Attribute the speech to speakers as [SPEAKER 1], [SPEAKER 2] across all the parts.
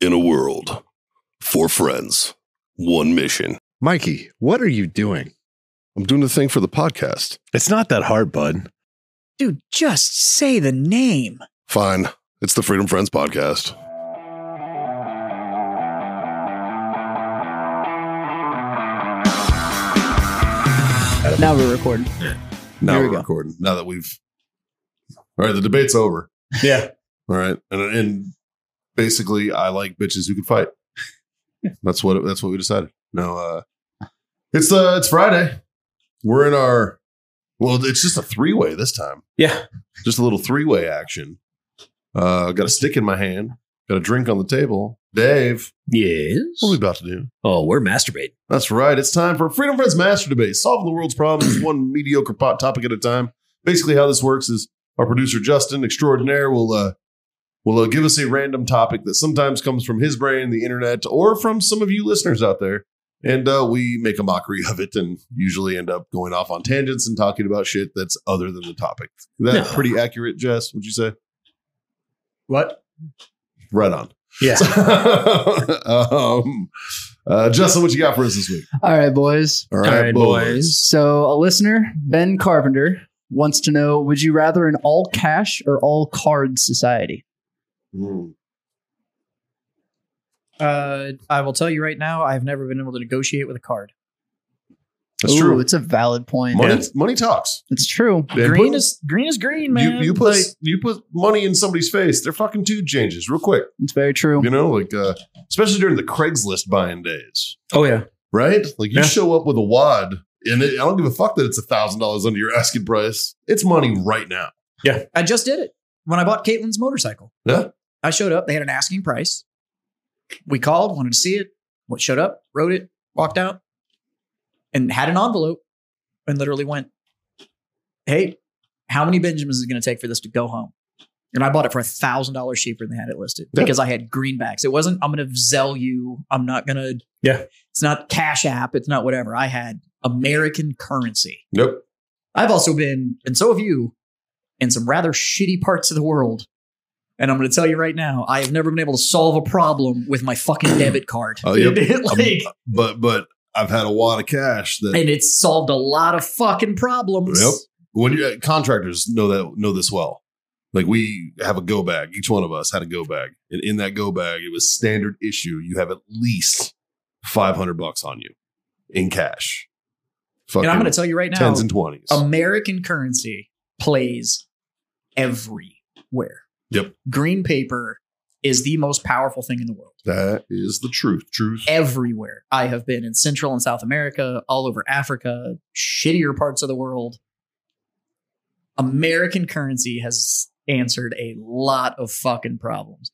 [SPEAKER 1] in a world. Four friends, one mission.
[SPEAKER 2] Mikey, what are you doing?
[SPEAKER 1] I'm doing the thing for the podcast.
[SPEAKER 3] It's not that hard, bud.
[SPEAKER 4] Dude, just say the name.
[SPEAKER 1] Fine. It's the Freedom Friends podcast.
[SPEAKER 4] Now we're recording.
[SPEAKER 3] No,
[SPEAKER 1] Now we're recording. Now that we've. All right, the debate's over.
[SPEAKER 3] yeah.
[SPEAKER 1] All right. And, and basically, I like bitches who can fight. That's what that's what we decided. No, uh, it's the it's Friday. We're in our well, it's just a three way this time.
[SPEAKER 3] Yeah.
[SPEAKER 1] just a little three way action. Uh, got a stick in my hand, got a drink on the table. Dave,
[SPEAKER 3] Yes.
[SPEAKER 1] what are we about to do?
[SPEAKER 3] Oh, we're masturbate.
[SPEAKER 1] That's right. It's time for Freedom Friends Master Debate, solving the world's problems one mediocre pot topic at a time. Basically, how this works is our producer Justin Extraordinaire will uh, will uh, give us a random topic that sometimes comes from his brain, the internet, or from some of you listeners out there, and uh, we make a mockery of it, and usually end up going off on tangents and talking about shit that's other than the topic. Is that
[SPEAKER 3] Yeah.
[SPEAKER 1] pretty accurate, Jess? Would you say?
[SPEAKER 3] What?
[SPEAKER 1] Right on.
[SPEAKER 3] Yeah.
[SPEAKER 1] um, uh, Justin, what you got for us this week?
[SPEAKER 4] All right, boys.
[SPEAKER 1] All
[SPEAKER 3] right, boys.
[SPEAKER 4] So, a listener, Ben Carpenter, wants to know Would you rather an all cash or all card society?
[SPEAKER 1] Mm.
[SPEAKER 5] Uh, I will tell you right now, I've never been able to negotiate with a card.
[SPEAKER 1] That's
[SPEAKER 4] Ooh,
[SPEAKER 1] true.
[SPEAKER 4] It's a valid point.
[SPEAKER 1] Money,
[SPEAKER 3] Yeah.
[SPEAKER 1] money talks.
[SPEAKER 4] It's true.
[SPEAKER 1] They
[SPEAKER 5] green
[SPEAKER 1] put-
[SPEAKER 5] is green is green, man.
[SPEAKER 1] You, you put
[SPEAKER 5] Like,
[SPEAKER 1] you put money in somebody's face. They're fucking dude changes real quick.
[SPEAKER 4] It's very true.
[SPEAKER 1] You know, like uh, especially during the Craigslist buying days,
[SPEAKER 3] Oh, yeah.
[SPEAKER 1] right? Like you
[SPEAKER 3] Yeah.
[SPEAKER 1] show up with a wad, and it, I don't give a fuck that it's a thousand dollars under your asking price. It's money right now.
[SPEAKER 5] I just did it when I bought Caitlin's motorcycle.
[SPEAKER 1] Yeah.
[SPEAKER 5] I showed up. They had an asking price. We called, wanted to see it. What showed up, wrote it, walked out, and had an envelope, and literally went, "Hey, how many Benjamins is it going to take for this to go home?" And I bought it for a thousand dollars cheaper than they had it listed
[SPEAKER 1] Yeah.
[SPEAKER 5] because I had greenbacks. It wasn't I'm going to sell you. I'm not going to.
[SPEAKER 3] Yeah.
[SPEAKER 5] It's not Cash App. It's not whatever. I had American currency.
[SPEAKER 1] Nope.
[SPEAKER 5] I've also been, and so have you, in some rather shitty parts of the world. And I'm going to tell you right now, I have never been able to solve a problem with my fucking debit card.
[SPEAKER 1] Oh, yep.
[SPEAKER 5] like,
[SPEAKER 1] But but I've had a wad of cash that
[SPEAKER 5] and it's solved a lot of fucking problems.
[SPEAKER 1] Yep. when you, contractors know that know this well. Like we have a go bag. Each one of us had a go bag, and in that go bag, it was standard issue. You have at least five hundred bucks on you in cash. Fucking
[SPEAKER 5] And I'm going to tell you right now, um,
[SPEAKER 1] tens and twenties.
[SPEAKER 5] American currency plays everywhere.
[SPEAKER 1] Yep.
[SPEAKER 5] Green paper is the most powerful thing in the world.
[SPEAKER 1] that is the truth. Truth.
[SPEAKER 5] everywhere. I have been in Central and South America, all over Africa, shittier parts of the world. American currency has answered a lot of fucking problems.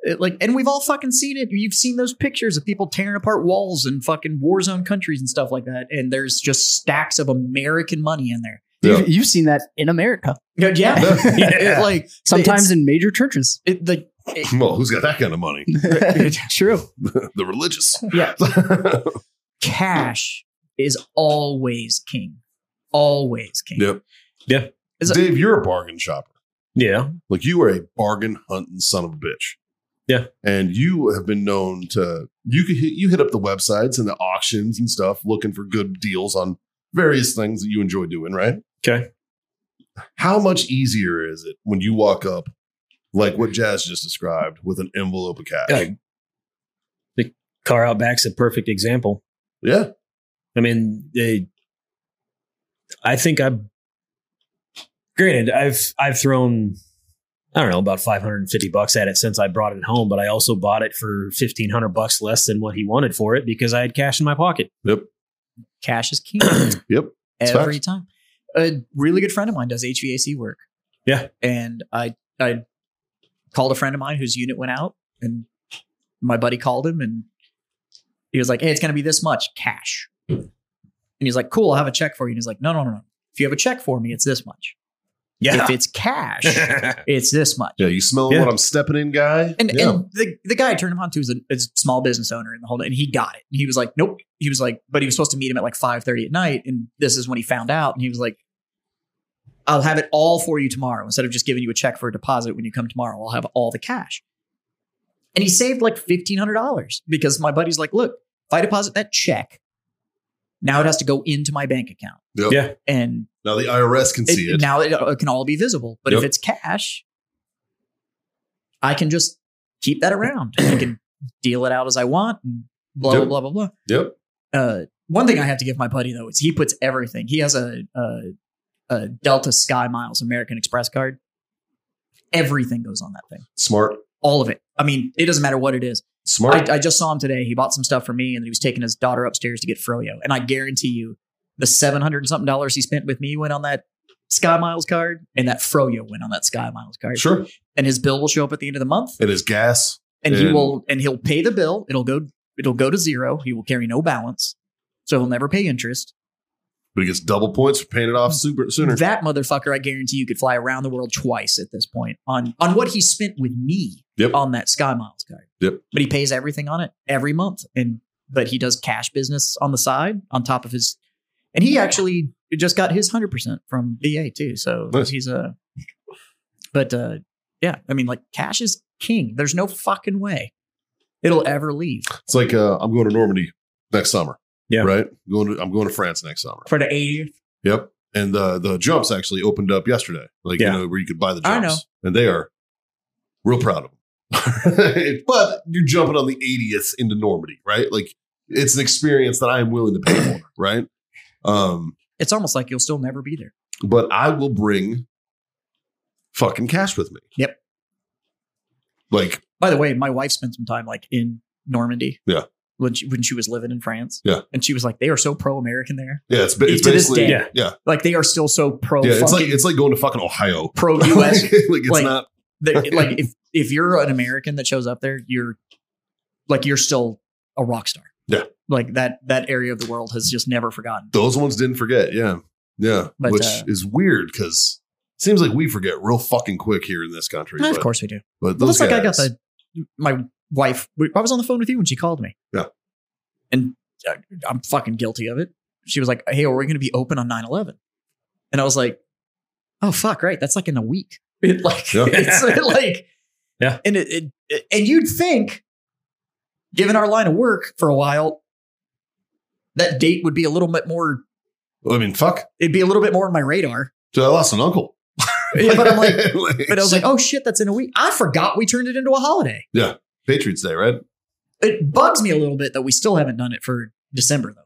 [SPEAKER 5] It, like, and we've all fucking seen it. You've seen those pictures of people tearing apart walls in fucking war zone countries and stuff like that. And there's just stacks of American money in there.
[SPEAKER 4] You've, you've seen that in America,
[SPEAKER 5] Yeah, yeah. It, like
[SPEAKER 4] sometimes
[SPEAKER 5] it's-
[SPEAKER 4] in major churches.
[SPEAKER 5] it, like
[SPEAKER 1] well, who's got that kind of money?
[SPEAKER 4] It's true.
[SPEAKER 1] the religious.
[SPEAKER 5] Yeah.
[SPEAKER 1] yep.
[SPEAKER 5] cash is always king, always king. Is it-
[SPEAKER 1] Dave, you're a bargain shopper.
[SPEAKER 3] Yeah.
[SPEAKER 1] Like you are a bargain hunting son of a bitch.
[SPEAKER 3] Yeah.
[SPEAKER 1] And you have been known to you could hit, you hit up the websites and the auctions and stuff looking for good deals on various things that you enjoy doing, right?
[SPEAKER 3] Okay.
[SPEAKER 1] How much easier is it when you walk up like what Jazz just described with an envelope of cash?
[SPEAKER 3] Yeah. Car out back's a perfect example.
[SPEAKER 1] Yeah.
[SPEAKER 3] I mean, they, I think I've, granted, I've, I've thrown, I don't know, about 550 bucks at it since I brought it home, but I also bought it for 1500 bucks less than what he wanted for it because I had cash in my pocket.
[SPEAKER 5] Cash is king.
[SPEAKER 1] Yep. It's
[SPEAKER 5] every
[SPEAKER 1] facts.
[SPEAKER 5] time. A really good friend of mine does HVAC work.
[SPEAKER 3] Yeah.
[SPEAKER 5] And I I called a friend of mine whose unit went out and my buddy called him and he was like, Hey, it's gonna be this much cash. And he's like, Cool, I'll have a check for you. And he's like, No, no, no, no. If you have a check for me, it's this much. If it's cash, it's this much.
[SPEAKER 1] Yeah, you smelling
[SPEAKER 3] Yeah.
[SPEAKER 1] what I'm stepping in, guy?
[SPEAKER 5] And,
[SPEAKER 1] yeah.
[SPEAKER 5] and the, the guy I turned him on to is a, is a small business owner in the whole, and he got it. And he was like, nope. He was like, but he was supposed to meet him at like 5.30 at night. And this is when he found out. And he was like, I'll have it all for you tomorrow. Instead of just giving you a check for a deposit when you come tomorrow, I'll have all the cash. And he saved like $1,500 because my buddy's like, look, if I deposit that check, now it has to go into my bank account.
[SPEAKER 1] Yep.
[SPEAKER 3] Yeah.
[SPEAKER 5] And
[SPEAKER 1] Now the IRS can
[SPEAKER 5] it-
[SPEAKER 1] see it.
[SPEAKER 5] now it, it can all be visible. But if
[SPEAKER 1] Yep.
[SPEAKER 5] it's cash, I can just keep that around. I can deal it out as I want and blah,
[SPEAKER 1] Yep.
[SPEAKER 5] blah, blah, blah,
[SPEAKER 1] Yep.
[SPEAKER 5] blah. Uh, one thing I have to give my buddy, though, is he puts everything. He has a, a, a Delta Sky Miles American Express card. Everything goes on that thing
[SPEAKER 1] Smart.
[SPEAKER 5] all of it. I mean, it doesn't matter what it is.
[SPEAKER 1] Smart.
[SPEAKER 5] I, I just saw him today. He bought some stuff for me, and he was taking his daughter upstairs to get froyo. And I guarantee you, the seven hundred and something dollars he spent with me went on that Sky Miles card, and that froyo went on that Sky Miles card.
[SPEAKER 1] sure.
[SPEAKER 5] And his bill will show up at the end of the month,
[SPEAKER 1] It is gas.
[SPEAKER 5] and he
[SPEAKER 1] And-
[SPEAKER 5] will and he'll pay the bill. It'll go it'll go to zero. He will carry no balance, so he'll never pay interest.
[SPEAKER 1] But he gets double points for paying it off super sooner.
[SPEAKER 5] That motherfucker, I guarantee you, could fly around the world twice at this point on on what he spent with me
[SPEAKER 1] Yep.
[SPEAKER 5] on that Sky Miles card.
[SPEAKER 1] Yep.
[SPEAKER 5] But he pays everything on it every month, and but he does cash business on the side on top of his, and he actually just got his hundred percent from VA too. So
[SPEAKER 1] Nice.
[SPEAKER 5] he's a, but uh, yeah, I mean, like cash is king. There's no fucking way it'll ever leave
[SPEAKER 1] It's like uh, I'm going to Normandy next summer.
[SPEAKER 3] Yeah.
[SPEAKER 1] Right. Going to I'm going to France next summer.
[SPEAKER 5] for the eighty.
[SPEAKER 1] Yep. And the the jumps actually opened up yesterday. Like
[SPEAKER 3] Yeah.
[SPEAKER 1] you know where you could buy the
[SPEAKER 5] I
[SPEAKER 1] jumps. And they are real proud of them. but you're jumping on the 80th into Normandy, right? Like it's an experience that I am willing to pay for, right? Um,
[SPEAKER 5] It's almost like you'll still never be there.
[SPEAKER 1] but I will bring fucking cash with me.
[SPEAKER 5] Yep.
[SPEAKER 1] Like
[SPEAKER 5] By the way, my wife spent some time like in Normandy.
[SPEAKER 1] Yeah.
[SPEAKER 5] When she, when she was living in France.
[SPEAKER 1] Yeah.
[SPEAKER 5] And she was like, they are so pro American there.
[SPEAKER 1] yeah, it's, ba- it's
[SPEAKER 5] To this
[SPEAKER 1] basically
[SPEAKER 5] day.
[SPEAKER 1] yeah, yeah,
[SPEAKER 5] Like they are still so pro
[SPEAKER 1] yeah. It's like
[SPEAKER 5] fucking
[SPEAKER 1] it's like going to fucking Ohio.
[SPEAKER 5] pro
[SPEAKER 1] like
[SPEAKER 5] US.
[SPEAKER 1] it's
[SPEAKER 5] Like-
[SPEAKER 1] not
[SPEAKER 5] They- like if if you're an American that shows up there, you're like you're still a rock star.
[SPEAKER 1] Yeah.
[SPEAKER 5] Like that that area of the world has just never forgotten.
[SPEAKER 1] those ones didn't forget. Yeah, yeah,
[SPEAKER 5] But,
[SPEAKER 1] which
[SPEAKER 5] uh,
[SPEAKER 1] is weird because seems like we forget real fucking quick here in this country.
[SPEAKER 5] of
[SPEAKER 1] but-
[SPEAKER 5] course we do.
[SPEAKER 1] But
[SPEAKER 5] Well,
[SPEAKER 1] those
[SPEAKER 5] it's like I got
[SPEAKER 1] guys-
[SPEAKER 5] the my wife. we- I was on the phone with you when she called me.
[SPEAKER 1] Yeah.
[SPEAKER 5] and I, I'm fucking guilty of it. She was like, "Hey, are we going to be open on 9/11?" And I was like, "Oh fuck, right? That's like in a week. It, like
[SPEAKER 1] Yeah.
[SPEAKER 5] it's like
[SPEAKER 3] Yeah.
[SPEAKER 5] And it, it, it- and you'd think, given our line of work for a while, that date would be a little bit more.
[SPEAKER 1] I mean, fuck.
[SPEAKER 5] It'd be a little bit more on my radar.
[SPEAKER 1] Dude, I lost an uncle.
[SPEAKER 5] but I'm like,
[SPEAKER 1] Like,
[SPEAKER 5] but I was like, oh shit, that's in a week. I forgot we turned it into a holiday.
[SPEAKER 1] Patriots Day, right?
[SPEAKER 5] It bugs me a little bit that we still haven't done it for December though.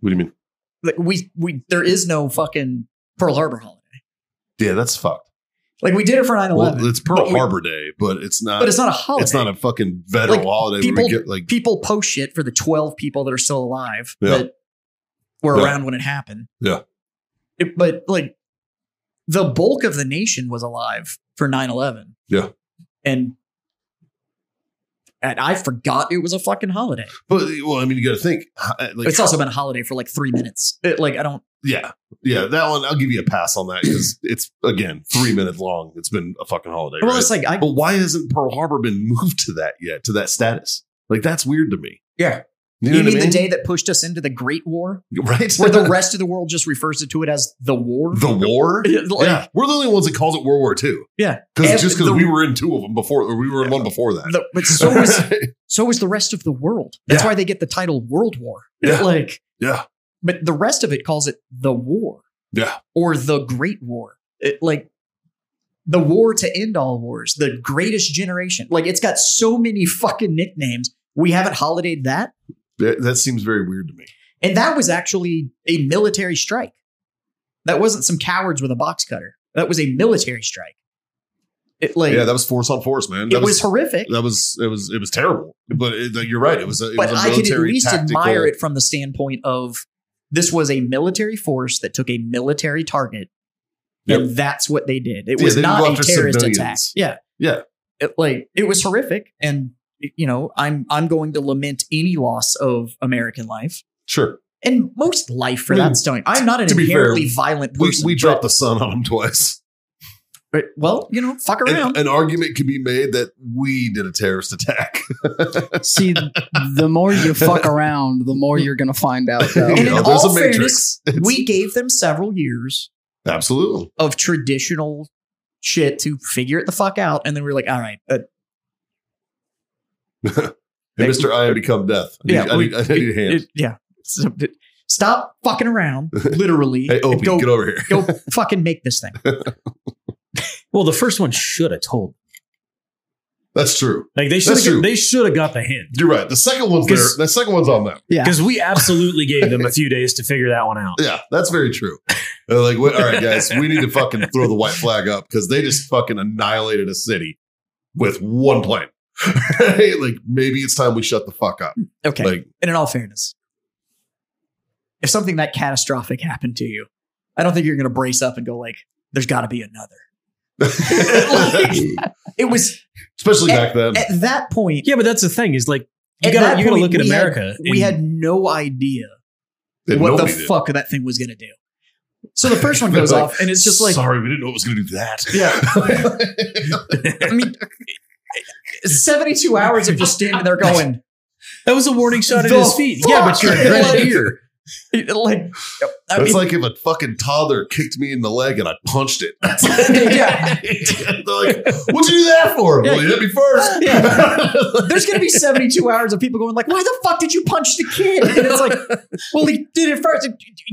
[SPEAKER 1] What do you mean?
[SPEAKER 5] Like we we there is no fucking Pearl Harbor holiday.
[SPEAKER 1] Yeah, that's fucked.
[SPEAKER 5] Like we did it for 9/11,
[SPEAKER 1] Well, it's Pearl
[SPEAKER 5] But we-
[SPEAKER 1] Harbor Day, but it's not.
[SPEAKER 5] but it's not a holiday.
[SPEAKER 1] it's not a fucking federal
[SPEAKER 5] Like,
[SPEAKER 1] holiday. where we
[SPEAKER 5] people-
[SPEAKER 1] get like
[SPEAKER 5] people post shit for the 12 people that are still alive
[SPEAKER 1] Yeah.
[SPEAKER 5] that were
[SPEAKER 1] Yeah.
[SPEAKER 5] around when it happened.
[SPEAKER 1] Yeah.
[SPEAKER 5] It- but like the bulk of the nation was alive for 9/11.
[SPEAKER 1] Yeah.
[SPEAKER 5] And and I forgot it was a fucking holiday.
[SPEAKER 1] but well, I mean, you got to think. h- Like,
[SPEAKER 5] it's also been a holiday for like three minutes. It- like I don't.
[SPEAKER 1] yeah, yeah. That one, I'll give you a pass on that because it's again three minutes long. It's been a fucking holiday.
[SPEAKER 5] Well,
[SPEAKER 1] right?
[SPEAKER 5] it's like I
[SPEAKER 1] But why hasn't Pearl Harbor been moved to that yet, to that status? Like that's weird to me.
[SPEAKER 5] Yeah.
[SPEAKER 1] You
[SPEAKER 5] You,
[SPEAKER 1] know what
[SPEAKER 5] mean,
[SPEAKER 1] I mean?
[SPEAKER 5] the day that pushed us into the Great War,
[SPEAKER 1] right?
[SPEAKER 5] where the rest of the world just refers to it as the war?
[SPEAKER 1] the war?
[SPEAKER 5] Like,
[SPEAKER 1] yeah. We're the only ones that calls it World War II.
[SPEAKER 5] Yeah.
[SPEAKER 1] Because
[SPEAKER 5] Ev-
[SPEAKER 1] just because
[SPEAKER 5] the-
[SPEAKER 1] we were in two of them before, or we were in one before that.
[SPEAKER 5] the- but so is so is the rest of the world. That's
[SPEAKER 1] Yeah.
[SPEAKER 5] why they get the title World War.
[SPEAKER 1] Yeah.
[SPEAKER 5] Like,
[SPEAKER 1] yeah.
[SPEAKER 5] but the rest of it calls it the war
[SPEAKER 1] Yeah.
[SPEAKER 5] or the Great War. It, like the war to end all wars, the greatest generation. Like it's got so many fucking nicknames. We haven't holidayed that,
[SPEAKER 1] That, that seems very weird to me.
[SPEAKER 5] and that was actually a military strike. That wasn't some cowards with a box cutter. That was a military strike. It like
[SPEAKER 1] yeah, that was force on force, man. That
[SPEAKER 5] it was horrific.
[SPEAKER 1] that was it was it was terrible. But it, you're right. It was a, it
[SPEAKER 5] but
[SPEAKER 1] was a
[SPEAKER 5] I can
[SPEAKER 1] military
[SPEAKER 5] at least
[SPEAKER 1] tactical,
[SPEAKER 5] admire it from the standpoint of this was a military force that took a military target, and that's what they did. It
[SPEAKER 1] Yeah,
[SPEAKER 5] was
[SPEAKER 1] they didn't
[SPEAKER 5] not
[SPEAKER 1] go
[SPEAKER 5] a
[SPEAKER 1] after
[SPEAKER 5] terrorist
[SPEAKER 1] civilians.
[SPEAKER 5] attack. Yeah,
[SPEAKER 1] Yeah.
[SPEAKER 5] It, like it was horrific, and you know, I'm I'm going to lament any loss of American life
[SPEAKER 1] Sure.
[SPEAKER 5] and most life for
[SPEAKER 1] I mean,
[SPEAKER 5] that stone. I'm not an
[SPEAKER 1] to be fair,
[SPEAKER 5] inherently violent
[SPEAKER 1] We,
[SPEAKER 5] person.
[SPEAKER 1] we
[SPEAKER 5] but-
[SPEAKER 1] dropped the sun on them twice.
[SPEAKER 5] but, well, you know, fuck
[SPEAKER 1] An-
[SPEAKER 5] around.
[SPEAKER 1] an argument could be made that we did a terrorist attack.
[SPEAKER 4] See, the more you fuck around, the more you're gonna find out. Though.
[SPEAKER 5] and
[SPEAKER 1] you know,
[SPEAKER 5] in
[SPEAKER 1] there's
[SPEAKER 5] all
[SPEAKER 1] a
[SPEAKER 5] fairness,
[SPEAKER 1] matrix. It's-
[SPEAKER 5] we gave them several years
[SPEAKER 1] Absolutely.
[SPEAKER 5] of traditional shit to figure it the fuck out. And then we were like, all right, uh,
[SPEAKER 1] Hey, Mr. I am become death. I need,
[SPEAKER 5] Yeah,
[SPEAKER 1] I
[SPEAKER 5] we-
[SPEAKER 1] need, I need a hand.
[SPEAKER 5] It- yeah. So, d- Stop fucking around, literally.
[SPEAKER 1] hey, Opie,
[SPEAKER 5] go,
[SPEAKER 1] get over here.
[SPEAKER 5] go fucking make this thing.
[SPEAKER 3] Well, the first one should have told.
[SPEAKER 1] That's true.
[SPEAKER 3] Like they should
[SPEAKER 1] That's true.
[SPEAKER 3] have. They should have got the hint
[SPEAKER 1] You're right. The second one's there.
[SPEAKER 3] 'Cause-
[SPEAKER 1] The second one's on them.
[SPEAKER 4] Yeah.
[SPEAKER 3] because we absolutely gave them a few days to figure that one out.
[SPEAKER 1] Yeah, that's very true. They're like, "Wait, all right, guys, we need to fucking throw the white flag up because they just fucking annihilated a city with one plane. Right? like, maybe it's time we shut the fuck up.
[SPEAKER 5] Okay.
[SPEAKER 1] Like,
[SPEAKER 5] and in all fairness, if something that catastrophic happened to you, I don't think you're going to brace up and go like, "There's got to be another." Like, eh, it was
[SPEAKER 1] especially back then.
[SPEAKER 5] at that point.
[SPEAKER 3] Yeah, but that's the thing is like you
[SPEAKER 5] At
[SPEAKER 3] got
[SPEAKER 5] that
[SPEAKER 3] to you got to
[SPEAKER 5] point,
[SPEAKER 3] look at
[SPEAKER 5] we had-
[SPEAKER 3] America.
[SPEAKER 5] We had no idea
[SPEAKER 1] And
[SPEAKER 5] what the
[SPEAKER 1] nobody did.
[SPEAKER 5] fuck that thing was going to do. So the first one goes
[SPEAKER 1] Like,
[SPEAKER 5] off, and it's just like,
[SPEAKER 1] sorry, we didn't know it was going to do that.
[SPEAKER 5] I mean, 72 hours of just standing there going,
[SPEAKER 3] that was a warning shot at
[SPEAKER 5] The
[SPEAKER 3] his feet. Yeah, but you're a
[SPEAKER 5] fuck?
[SPEAKER 3] grenadier.
[SPEAKER 5] like, I
[SPEAKER 1] That's
[SPEAKER 5] mean,
[SPEAKER 1] like if a fucking toddler kicked me in the leg and I punched it. That's like,
[SPEAKER 5] Yeah.
[SPEAKER 1] They're like, what'd you do that for? Well, you hit me first.
[SPEAKER 5] there's going to be 72 hours of people going like, why the fuck did you punch the kid? And it's like, well, he did it first.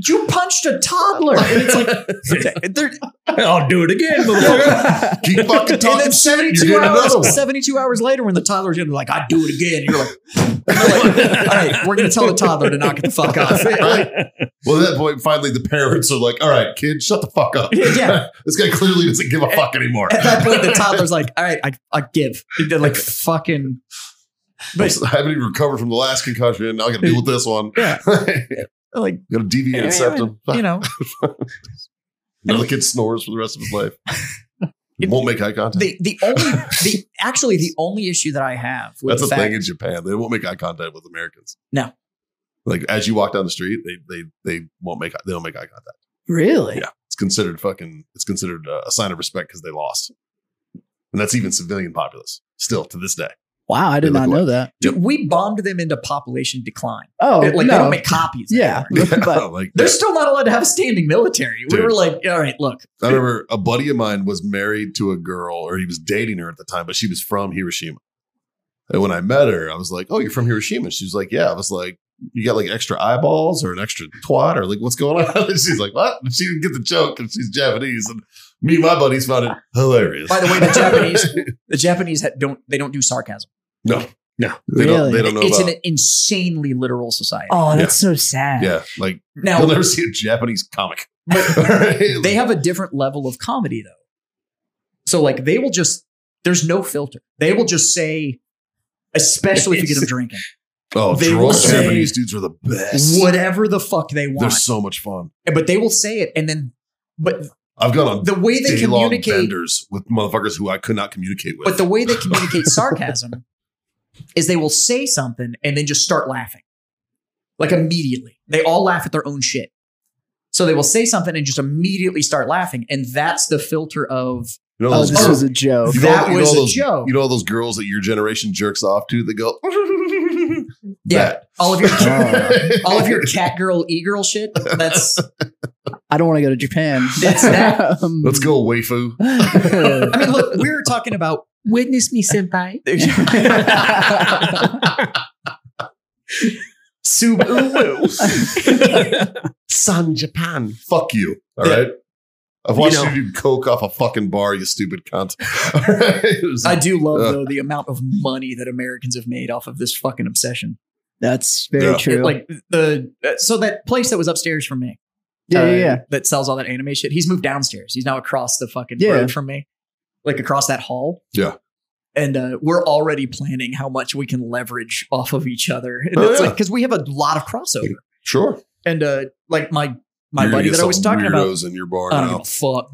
[SPEAKER 5] You punched a toddler. And it's like, there-
[SPEAKER 3] I'll do it again, motherfucker.
[SPEAKER 1] Keep fucking
[SPEAKER 5] and
[SPEAKER 1] talking
[SPEAKER 5] then
[SPEAKER 1] shit. You're
[SPEAKER 5] 72
[SPEAKER 1] getting another one.
[SPEAKER 5] hours, 72 hours later when the toddler's going to be like, I do it again. And you're like, and they're like, all right, we're going to tell the toddler to knock it the fuck off. Like,
[SPEAKER 1] Well, at that point, finally, the parents are like, all right, kid, shut the fuck up.
[SPEAKER 5] Yeah.
[SPEAKER 1] this guy clearly doesn't give a fuck anymore.
[SPEAKER 5] at that point, the toddler's like, all right, I, I give. And they're like, fucking. But
[SPEAKER 1] I haven't even recovered from the last concussion. Now I got to deal with this one.
[SPEAKER 5] Yeah.
[SPEAKER 1] got
[SPEAKER 5] like,
[SPEAKER 1] a deviated septum.
[SPEAKER 5] you know,
[SPEAKER 1] Another kid snores for the rest of his life.
[SPEAKER 5] It-
[SPEAKER 1] won't make eye contact.
[SPEAKER 5] the the only the actually the only issue that I have with
[SPEAKER 1] That's a
[SPEAKER 5] the fact,
[SPEAKER 1] thing in Japan. They won't make eye contact with Americans.
[SPEAKER 5] No.
[SPEAKER 1] Like as you walk down the street, they they they won't make they don't make eye contact.
[SPEAKER 4] Really?
[SPEAKER 1] Yeah. It's considered fucking. It's considered uh, a sign of respect because they lost, and that's even civilian populace still to this day.
[SPEAKER 4] Wow, I
[SPEAKER 1] They
[SPEAKER 4] did
[SPEAKER 1] look
[SPEAKER 4] not know that.
[SPEAKER 5] dude, we bombed them into population decline.
[SPEAKER 4] Oh,
[SPEAKER 5] It- like they
[SPEAKER 4] no.
[SPEAKER 5] don't make copies.
[SPEAKER 4] yeah,
[SPEAKER 5] anymore.
[SPEAKER 4] but
[SPEAKER 1] like
[SPEAKER 5] They're still not allowed to have a standing military. We
[SPEAKER 1] Dude.
[SPEAKER 5] were like, all right, look,
[SPEAKER 1] I remember a buddy of mine was married to a girl, or he was dating her at the time, but she was from Hiroshima. And when I met her, I was like, "Oh, you're from Hiroshima?" She was like, "Yeah." I was like, "You got like extra eyeballs, or an extra twat, or like what's going on?" And she's like, "What?" And she didn't get the joke, and she's Japanese. And me and my buddies found it hilarious.
[SPEAKER 5] By the way, the Japanese- the Japanese ha- don't they don't do sarcasm.
[SPEAKER 1] they don't, they
[SPEAKER 4] Really?
[SPEAKER 1] don't know
[SPEAKER 5] It's
[SPEAKER 1] about.
[SPEAKER 5] an insanely literal society.
[SPEAKER 4] oh, that's so sad.
[SPEAKER 1] yeah, like
[SPEAKER 5] now
[SPEAKER 1] you'll never see a Japanese comic.
[SPEAKER 5] they have a different level of comedy though. So like they will just there's no filter. They will just say, especially if you get them drinking,
[SPEAKER 1] oh,
[SPEAKER 5] they
[SPEAKER 1] drunk
[SPEAKER 5] will say-
[SPEAKER 1] Japanese dudes are the best.
[SPEAKER 5] whatever the fuck they
[SPEAKER 1] They're
[SPEAKER 5] want.
[SPEAKER 1] so much fun.
[SPEAKER 5] but they will say it, and then but
[SPEAKER 1] I've gone on
[SPEAKER 5] the way they
[SPEAKER 1] day-long
[SPEAKER 5] communicate,
[SPEAKER 1] benders with motherfuckers who I could not communicate with.
[SPEAKER 5] but the way they communicate sarcasm is they will say something and then just start laughing, like immediately. They all laugh at their own shit, so they will say something and just immediately start laughing, and that's the filter of
[SPEAKER 1] you know
[SPEAKER 4] Oh,
[SPEAKER 1] those
[SPEAKER 4] this
[SPEAKER 1] girls,
[SPEAKER 4] was a joke.
[SPEAKER 1] you know-
[SPEAKER 5] that
[SPEAKER 1] you know
[SPEAKER 5] was a
[SPEAKER 1] those-
[SPEAKER 5] joke.
[SPEAKER 1] you know those girls that your generation jerks off to that go.
[SPEAKER 5] yeah,
[SPEAKER 1] That.
[SPEAKER 5] all of your
[SPEAKER 4] Oh.
[SPEAKER 5] all of your cat girl e girl shit. That's
[SPEAKER 4] I don't want to go to Japan.
[SPEAKER 5] That's that.
[SPEAKER 4] Um,
[SPEAKER 1] Let's go, waifu.
[SPEAKER 5] I mean, look, we were talking about
[SPEAKER 6] Witness me, senpai.
[SPEAKER 5] Subaru.
[SPEAKER 1] San Japan. Fuck you. All right. I've watched you, do coke off a fucking bar, you stupid cunt. All right. It was-
[SPEAKER 5] I do love
[SPEAKER 1] Uh.
[SPEAKER 5] though the amount of money that Americans have made off of this fucking obsession.
[SPEAKER 4] That's very
[SPEAKER 1] Yeah.
[SPEAKER 4] true.
[SPEAKER 5] Like the uh, so that place that was upstairs from me,
[SPEAKER 4] yeah,
[SPEAKER 5] uh,
[SPEAKER 4] yeah, yeah.
[SPEAKER 5] that sells all that anime shit. He's moved downstairs. He's now across the fucking
[SPEAKER 4] Yeah.
[SPEAKER 5] road from me, like across that hall.
[SPEAKER 1] Yeah.
[SPEAKER 5] And uh, we're already planning how much we can leverage off of each other, and
[SPEAKER 1] Oh,
[SPEAKER 5] it's
[SPEAKER 1] yeah.
[SPEAKER 5] like because we have a lot of crossover.
[SPEAKER 1] sure.
[SPEAKER 5] And uh, like my my
[SPEAKER 1] You're gonna
[SPEAKER 5] buddy
[SPEAKER 1] get
[SPEAKER 5] that I was
[SPEAKER 1] some
[SPEAKER 5] talking
[SPEAKER 1] weirdos
[SPEAKER 5] about,
[SPEAKER 1] in your bar
[SPEAKER 5] I don't give
[SPEAKER 1] now.
[SPEAKER 5] a fuck.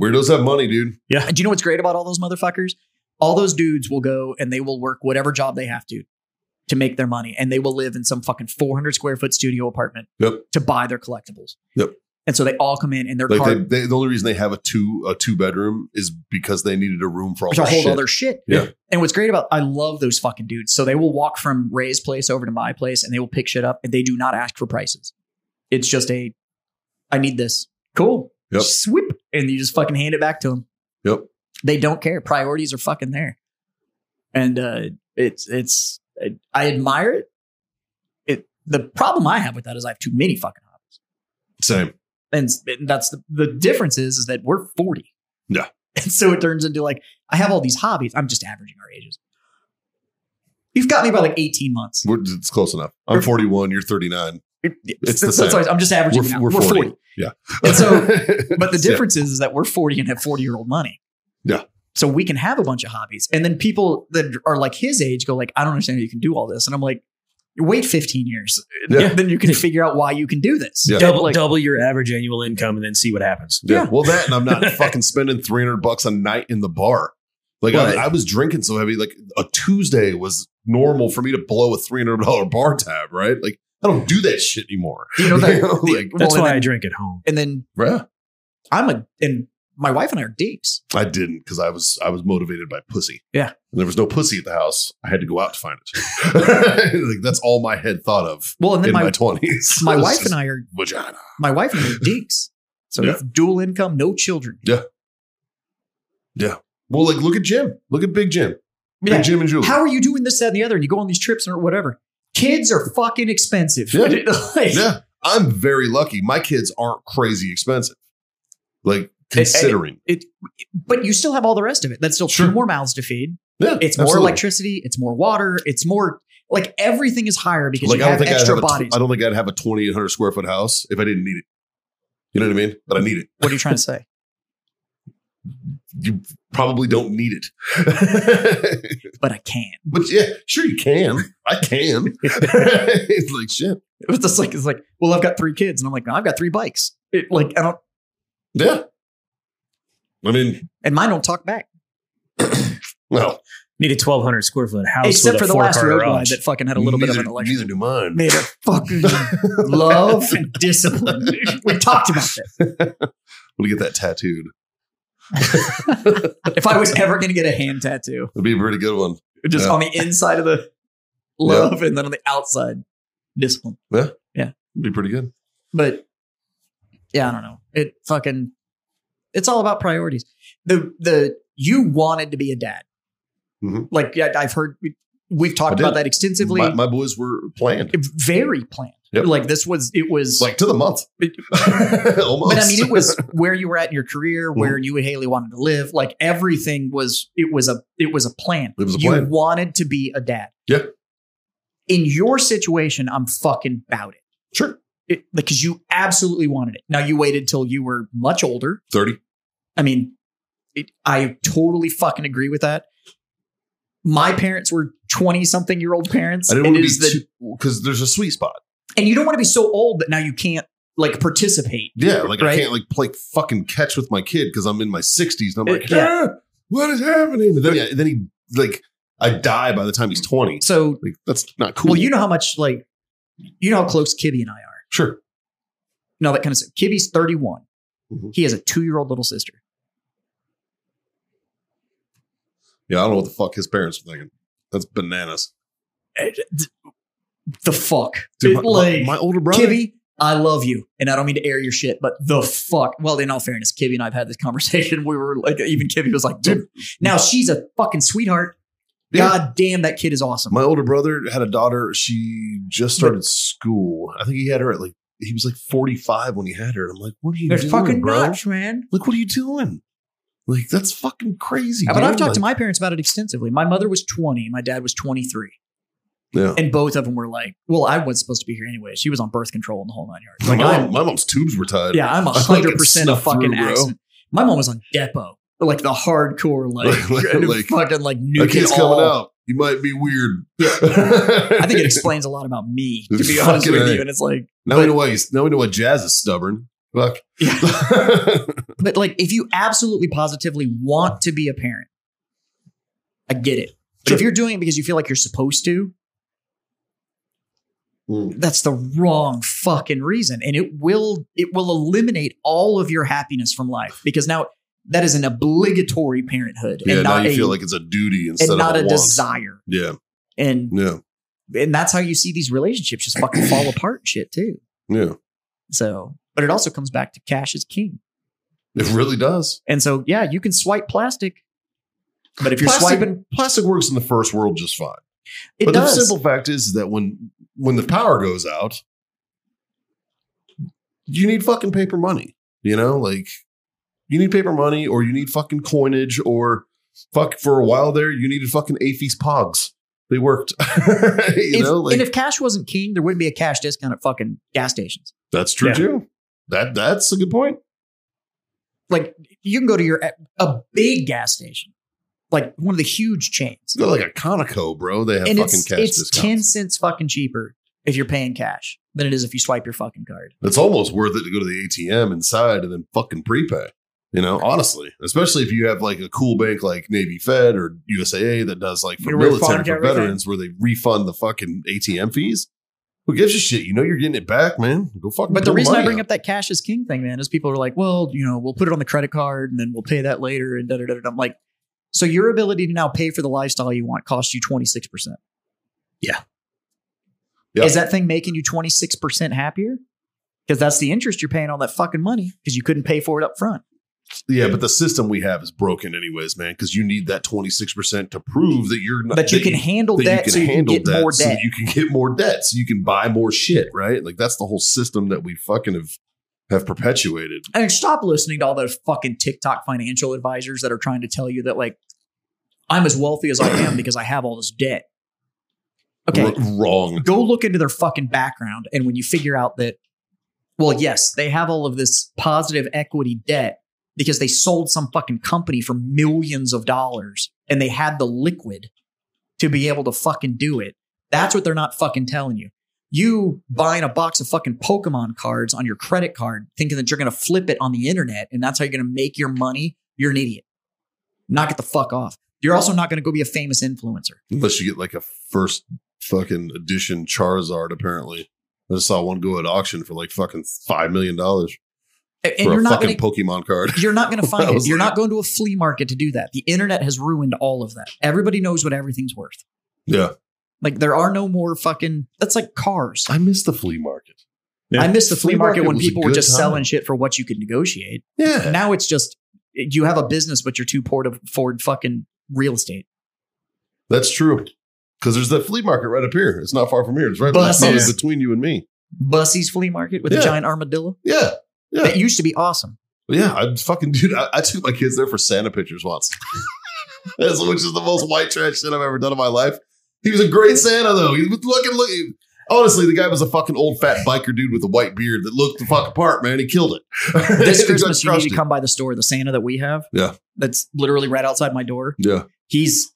[SPEAKER 1] Weirdos have money, dude.
[SPEAKER 5] And Uh, do you know what's great about all those motherfuckers? All those dudes will go and they will work whatever job they have to to make their money, and they will live in some fucking 400 square foot studio apartment
[SPEAKER 1] Yep.
[SPEAKER 5] to buy their collectibles.
[SPEAKER 1] Yep.
[SPEAKER 5] And so they all come in and their
[SPEAKER 1] Like they,
[SPEAKER 5] card
[SPEAKER 1] they, the only reason they have a two a two bedroom is because they needed a room for all
[SPEAKER 5] to
[SPEAKER 1] their
[SPEAKER 5] hold
[SPEAKER 1] shit.
[SPEAKER 5] all their shit.
[SPEAKER 1] Yeah.
[SPEAKER 5] And what's great about I love those fucking dudes. So they will walk from Ray's place over to my place and they will pick shit up and they do not ask for prices. It's just a I need this. Cool.
[SPEAKER 1] Yep.
[SPEAKER 5] Sweep. And you just fucking hand it back to them.
[SPEAKER 1] Yep.
[SPEAKER 5] They don't care. Priorities are fucking there. And uh It's it's I, I admire it. It the problem I have with that is I have too many fucking hobbies.
[SPEAKER 1] Same.
[SPEAKER 5] And s- and that's the, the difference is is that we're 40.
[SPEAKER 1] Yeah.
[SPEAKER 5] And so it turns into like I have all these hobbies. I'm just averaging our ages. You've got me by like 18 months.
[SPEAKER 1] We're, it's close enough. I'm 41. You're 39. It's the
[SPEAKER 5] So- so
[SPEAKER 1] same.
[SPEAKER 5] always- I'm just averaging.
[SPEAKER 1] We're,
[SPEAKER 5] it out.
[SPEAKER 1] we're 40. Yeah.
[SPEAKER 5] And so, but the
[SPEAKER 1] Yeah.
[SPEAKER 5] difference is, is that we're 40 and have 40 year old money.
[SPEAKER 1] Yeah.
[SPEAKER 5] So we can have a bunch of hobbies. And then people that are like his age go like, I don't understand how you can do all this. And I'm like, wait 15 years.
[SPEAKER 1] Yeah.
[SPEAKER 5] Then you can figure out why you can do this.
[SPEAKER 1] Yeah.
[SPEAKER 3] Double
[SPEAKER 5] Like-
[SPEAKER 3] double your average annual income and then see what happens.
[SPEAKER 1] Yeah. Well, that and I'm not fucking spending 300 bucks a night in the bar. Like I,
[SPEAKER 3] Right.
[SPEAKER 1] I was drinking so heavy, like a Tuesday was normal for me to blow a $300 bar tab, right? Like I don't do that shit anymore.
[SPEAKER 5] You know, that,
[SPEAKER 1] You know, like-
[SPEAKER 5] well,
[SPEAKER 3] That's
[SPEAKER 5] and
[SPEAKER 3] why I
[SPEAKER 5] then,
[SPEAKER 3] drink at home.
[SPEAKER 5] And then
[SPEAKER 1] Bruh.
[SPEAKER 5] I'm a, and my wife and I are deeps.
[SPEAKER 1] I didn't because I was I was motivated by pussy.
[SPEAKER 5] Yeah.
[SPEAKER 1] And there was no pussy at the house. I had to go out to find it. like that's all my head thought of
[SPEAKER 5] Well, and then
[SPEAKER 1] in my
[SPEAKER 5] my,
[SPEAKER 1] twenties.
[SPEAKER 5] my wife and I are
[SPEAKER 1] vagina.
[SPEAKER 5] my wife and I are dinks. So
[SPEAKER 1] Yeah.
[SPEAKER 5] it's dual income, no children.
[SPEAKER 1] Well, like look at Jim. Look at Big Jim. Big
[SPEAKER 5] Yeah.
[SPEAKER 1] Jim and Julie.
[SPEAKER 5] How are you doing this, that, and the other? And you go on these trips or whatever. Kids are fucking expensive.
[SPEAKER 1] Yeah.
[SPEAKER 5] Like,
[SPEAKER 1] yeah. I'm very lucky. My kids aren't crazy expensive. Like considering.
[SPEAKER 5] But you still have all the rest of it. That's still
[SPEAKER 1] Sure.
[SPEAKER 5] two more mouths to feed.
[SPEAKER 1] yeah,
[SPEAKER 5] It's more
[SPEAKER 1] absolutely.
[SPEAKER 5] electricity. It's more water. It's more like everything is higher because
[SPEAKER 1] Like
[SPEAKER 5] you
[SPEAKER 1] I don't
[SPEAKER 5] have
[SPEAKER 1] think I'd
[SPEAKER 5] extra
[SPEAKER 1] have a
[SPEAKER 5] bodies.
[SPEAKER 1] tw- I don't think I'd have a twenty eight hundred square foot house if I didn't need it. You know what I mean? But I need it.
[SPEAKER 5] what are you trying to say?
[SPEAKER 1] You probably don't need it.
[SPEAKER 5] But I can.
[SPEAKER 1] but yeah, sure you can. I can. it's like shit.
[SPEAKER 5] It's just like it's like, well, I've got three kids, and I'm like, no, I've got three bikes. It, like I don't,
[SPEAKER 1] Yeah. I mean,
[SPEAKER 5] and mine don't talk back,
[SPEAKER 1] well,
[SPEAKER 3] Need a twelve hundred square foot house.
[SPEAKER 5] except
[SPEAKER 3] with a
[SPEAKER 5] for the
[SPEAKER 3] four
[SPEAKER 5] last
[SPEAKER 3] car
[SPEAKER 5] road ride
[SPEAKER 3] garage.
[SPEAKER 5] that fucking had a little bit of
[SPEAKER 1] neither,
[SPEAKER 5] an election.
[SPEAKER 1] Neither do mine.
[SPEAKER 5] made of fucking love and discipline. We talked about that.
[SPEAKER 1] I'm gonna get that tattooed.
[SPEAKER 5] If I was ever going to get a hand tattoo,
[SPEAKER 1] It'd be a pretty good one.
[SPEAKER 5] just
[SPEAKER 1] Yeah.
[SPEAKER 5] on the inside of the love and then on the outside, discipline.
[SPEAKER 1] It'd be pretty good.
[SPEAKER 5] But yeah, I don't know. It fucking, it's all about priorities. The, the, you wanted to be a dad.
[SPEAKER 1] Mhm.
[SPEAKER 5] Like yeah, I've heard, we- we've
[SPEAKER 1] I
[SPEAKER 5] talked
[SPEAKER 1] did.
[SPEAKER 5] about that extensively.
[SPEAKER 1] My, my boys were planned.
[SPEAKER 5] very planned.
[SPEAKER 1] Yep.
[SPEAKER 5] Like this was, it was
[SPEAKER 1] like to the month. Almost.
[SPEAKER 5] But I mean, it was where you were at in your career, where you and Haley wanted to live. Like everything was, it was a, it was a plan.
[SPEAKER 1] It was a
[SPEAKER 5] you
[SPEAKER 1] plan.
[SPEAKER 5] wanted to be a dad.
[SPEAKER 1] Yeah.
[SPEAKER 5] In your situation, I'm fucking about it.
[SPEAKER 1] sure.
[SPEAKER 5] it because you absolutely wanted it. Now you waited till you were much older.
[SPEAKER 1] 30.
[SPEAKER 5] I mean, it, I totally fucking agree with that. My parents were 20 something year old parents.
[SPEAKER 1] I didn't
[SPEAKER 5] It
[SPEAKER 1] want to
[SPEAKER 5] is the-
[SPEAKER 1] be because there's a sweet spot.
[SPEAKER 5] and you don't want to be so old that now you can't like participate.
[SPEAKER 1] Yeah, like I
[SPEAKER 5] Right.
[SPEAKER 1] can't like play fucking catch with my kid because I'm in my 60s and I'm like,
[SPEAKER 5] Uh, yeah.
[SPEAKER 1] "Ah, what is happening? And then, yeah, then he like I die by the time he's 20.
[SPEAKER 5] So
[SPEAKER 1] Like that's not cool.
[SPEAKER 5] Well, you know how much like you know how close Kibby and I are.
[SPEAKER 1] sure.
[SPEAKER 5] No, that kind of stuff. Kibby's 31.
[SPEAKER 1] Mhm.
[SPEAKER 5] He has a two-year-old little sister.
[SPEAKER 1] Yeah, I don't know what the fuck his parents were thinking. That's bananas.
[SPEAKER 5] The fuck.
[SPEAKER 1] Dude, my,
[SPEAKER 5] like
[SPEAKER 1] my older brother.
[SPEAKER 5] Kibby, I love you. And I don't mean to air your shit, but the fuck. Well, in all fairness, Kibby and I've had this conversation. We were like, even Kibby was like, dude, now she's a fucking sweetheart.
[SPEAKER 1] Yeah.
[SPEAKER 5] God damn, that kid is awesome.
[SPEAKER 1] My older brother had a daughter. She just started school. I think he had her at like he was like 45 when he had her. I'm like, what are you
[SPEAKER 5] They're
[SPEAKER 1] doing,
[SPEAKER 5] fucking
[SPEAKER 1] bro?
[SPEAKER 5] nuts, man.
[SPEAKER 1] Like, what are you doing? Like, that's fucking crazy.
[SPEAKER 5] But I've talked to
[SPEAKER 1] my
[SPEAKER 5] my parents about it extensively. My mother was 20, my dad was 23.
[SPEAKER 1] yeah.
[SPEAKER 5] And both of them were like, well, I wasn't supposed to be here anyway. She was on birth control and the whole nine yards.
[SPEAKER 1] my,
[SPEAKER 5] Like,
[SPEAKER 1] mom-
[SPEAKER 5] I'm,
[SPEAKER 1] my mom's tubes were tied.
[SPEAKER 5] yeah, I'm
[SPEAKER 1] fucking
[SPEAKER 5] 100% a
[SPEAKER 1] snuffed
[SPEAKER 5] fucking
[SPEAKER 1] through, bro.
[SPEAKER 5] accident. My mom was on Depo, like the hardcore, like,
[SPEAKER 1] Like- like- like,
[SPEAKER 5] fucking like
[SPEAKER 1] that
[SPEAKER 5] new
[SPEAKER 1] kid's
[SPEAKER 5] kids
[SPEAKER 1] coming
[SPEAKER 5] all.
[SPEAKER 1] out. You might be weird.
[SPEAKER 5] I
[SPEAKER 1] I
[SPEAKER 5] think it explains a lot about me, to be
[SPEAKER 1] Fucking
[SPEAKER 5] honest with
[SPEAKER 1] A.
[SPEAKER 5] you. And it's like,
[SPEAKER 1] now we know why. He's, now we know why Jazz is stubborn. Fuck.
[SPEAKER 5] Yeah. but like, if you absolutely positively want to be a parent, I get it. But if you're doing it because you feel like you're supposed to,
[SPEAKER 1] Mm.
[SPEAKER 5] that's the wrong fucking reason and it will it will eliminate all of your happiness from life because now that is an obligatory parenthood
[SPEAKER 1] yeah.
[SPEAKER 5] and
[SPEAKER 1] Now
[SPEAKER 5] not
[SPEAKER 1] you
[SPEAKER 5] a
[SPEAKER 1] feel like it's a duty instead
[SPEAKER 5] and
[SPEAKER 1] of
[SPEAKER 5] not a,
[SPEAKER 1] a, want.
[SPEAKER 5] desire
[SPEAKER 1] Yeah.
[SPEAKER 5] and
[SPEAKER 1] Yeah.
[SPEAKER 5] and that's how you see these relationships just fucking fall apart and shit too
[SPEAKER 1] Yeah.
[SPEAKER 5] so but it also comes back to cash is king
[SPEAKER 1] It really does.
[SPEAKER 5] and so yeah you can swipe plastic but if you're
[SPEAKER 1] Plastic-
[SPEAKER 5] swiping
[SPEAKER 1] plastic works in the first world just fine.
[SPEAKER 5] It
[SPEAKER 1] but the
[SPEAKER 5] does.
[SPEAKER 1] simple fact is that when when the power goes out, you need fucking paper money. You know, like you need paper money, or you need fucking coinage, or fuck for a while there you needed fucking AFES pogs. They worked. you
[SPEAKER 5] If-
[SPEAKER 1] know, like
[SPEAKER 5] and if cash wasn't king, there wouldn't be a cash discount at fucking gas stations.
[SPEAKER 1] that's true
[SPEAKER 3] Yeah.
[SPEAKER 1] too. That that's a good point.
[SPEAKER 5] Like you can go to your a big gas station, like one of the huge chains,
[SPEAKER 1] They're like a Conoco, bro. They have
[SPEAKER 5] and
[SPEAKER 1] fucking
[SPEAKER 5] it's
[SPEAKER 1] cash
[SPEAKER 5] it's
[SPEAKER 1] discounts.
[SPEAKER 5] ten cents fucking cheaper if you're paying cash than it is if you swipe your fucking card.
[SPEAKER 1] it's almost worth it to go to the ATM inside and then fucking prepay. You know, honestly, especially if you have like a cool bank like Navy Fed or USAA that does like for
[SPEAKER 5] You
[SPEAKER 1] military
[SPEAKER 5] refund
[SPEAKER 1] for
[SPEAKER 5] everything.
[SPEAKER 1] veterans where they refund the fucking ATM fees. Who gives a shit? You know you're getting it back, man. Go fucking.
[SPEAKER 5] But the
[SPEAKER 1] pull
[SPEAKER 5] reason I
[SPEAKER 1] money
[SPEAKER 5] bring
[SPEAKER 1] out.
[SPEAKER 5] up that cash is king thing, man, is people are like, well, you know, we'll put it on the credit card and then we'll pay that later and da da da. da. I'm like, so your ability to now pay for the lifestyle you want costs you 26%.
[SPEAKER 3] Yeah.
[SPEAKER 1] Yeah.
[SPEAKER 5] Is that thing making you 26% happier? Because that's the interest you're paying on that fucking money because you couldn't pay for it up front.
[SPEAKER 1] yeah, but the system we have is broken anyways, man. Because you need that twenty six percent to prove that you're not
[SPEAKER 5] But you can handle
[SPEAKER 1] that
[SPEAKER 5] debt so you can get more
[SPEAKER 1] so
[SPEAKER 5] debt.
[SPEAKER 1] that you can get more debt, so you can buy more shit, right? Like that's the whole system that we fucking have have perpetuated.
[SPEAKER 5] and stop listening to all those fucking TikTok financial advisors that are trying to tell you that, like, I'm as wealthy as I am because I have all this debt. Okay.
[SPEAKER 1] R- wrong.
[SPEAKER 5] go look into their fucking background and when you figure out that well yes they have all of this positive equity debt because they sold some fucking company for millions of dollars and they had the liquid to be able to fucking do it that's what they're not fucking telling you you buying a box of fucking pokemon cards on your credit card thinking that you're going to flip it on the internet and that's how you're going to make your money you're an idiot knock it the fuck off you're also not going to go be a famous influencer
[SPEAKER 1] Unless you get like a first fucking edition Charizard, apparently. I just saw one go at auction for like fucking five million dollars
[SPEAKER 5] and and
[SPEAKER 1] for
[SPEAKER 5] you're
[SPEAKER 1] a
[SPEAKER 5] not going
[SPEAKER 1] fucking
[SPEAKER 5] to
[SPEAKER 1] Pokemon card.
[SPEAKER 5] You're not going to
[SPEAKER 1] I
[SPEAKER 5] find it.
[SPEAKER 1] was
[SPEAKER 5] You're
[SPEAKER 1] like-
[SPEAKER 5] not going to a flea market to do that. The internet has ruined all of that. Everybody knows what everything's worth.
[SPEAKER 1] Yeah.
[SPEAKER 5] Like there are no more fucking. That's like cars.
[SPEAKER 1] I miss the flea market.
[SPEAKER 3] Yeah.
[SPEAKER 5] I miss the flea,
[SPEAKER 1] Flea
[SPEAKER 5] market,
[SPEAKER 1] market
[SPEAKER 5] when
[SPEAKER 1] was a
[SPEAKER 5] people were
[SPEAKER 1] good
[SPEAKER 5] just
[SPEAKER 1] time.
[SPEAKER 5] selling shit for what you could negotiate.
[SPEAKER 1] Yeah.
[SPEAKER 5] Now it's just you have a business, but you're too poor to afford fucking real estate.
[SPEAKER 1] That's true. Because there's that flea market right up here. It's not far from here. It's right
[SPEAKER 5] Buses.
[SPEAKER 1] it's probably between you and me.
[SPEAKER 5] Bussy's flea market with a
[SPEAKER 1] Yeah.
[SPEAKER 5] giant armadillo.
[SPEAKER 1] Yeah. Yeah.
[SPEAKER 5] That used to be awesome.
[SPEAKER 1] Yeah. I fucking dude, I, I took my kids there for Santa pictures once. That's which is the most white trash shit I've ever done in my life. He was a great Santa though. He was fucking look. Honestly, the guy was a fucking old fat biker dude with a white beard that looked the fuck apart, man. He killed it.
[SPEAKER 5] This
[SPEAKER 1] He got
[SPEAKER 5] Christmas, you
[SPEAKER 1] crushed
[SPEAKER 5] need
[SPEAKER 1] it.
[SPEAKER 5] to come by the store, the Santa that we have.
[SPEAKER 1] Yeah.
[SPEAKER 5] That's literally right outside my door.
[SPEAKER 1] Yeah,
[SPEAKER 5] He's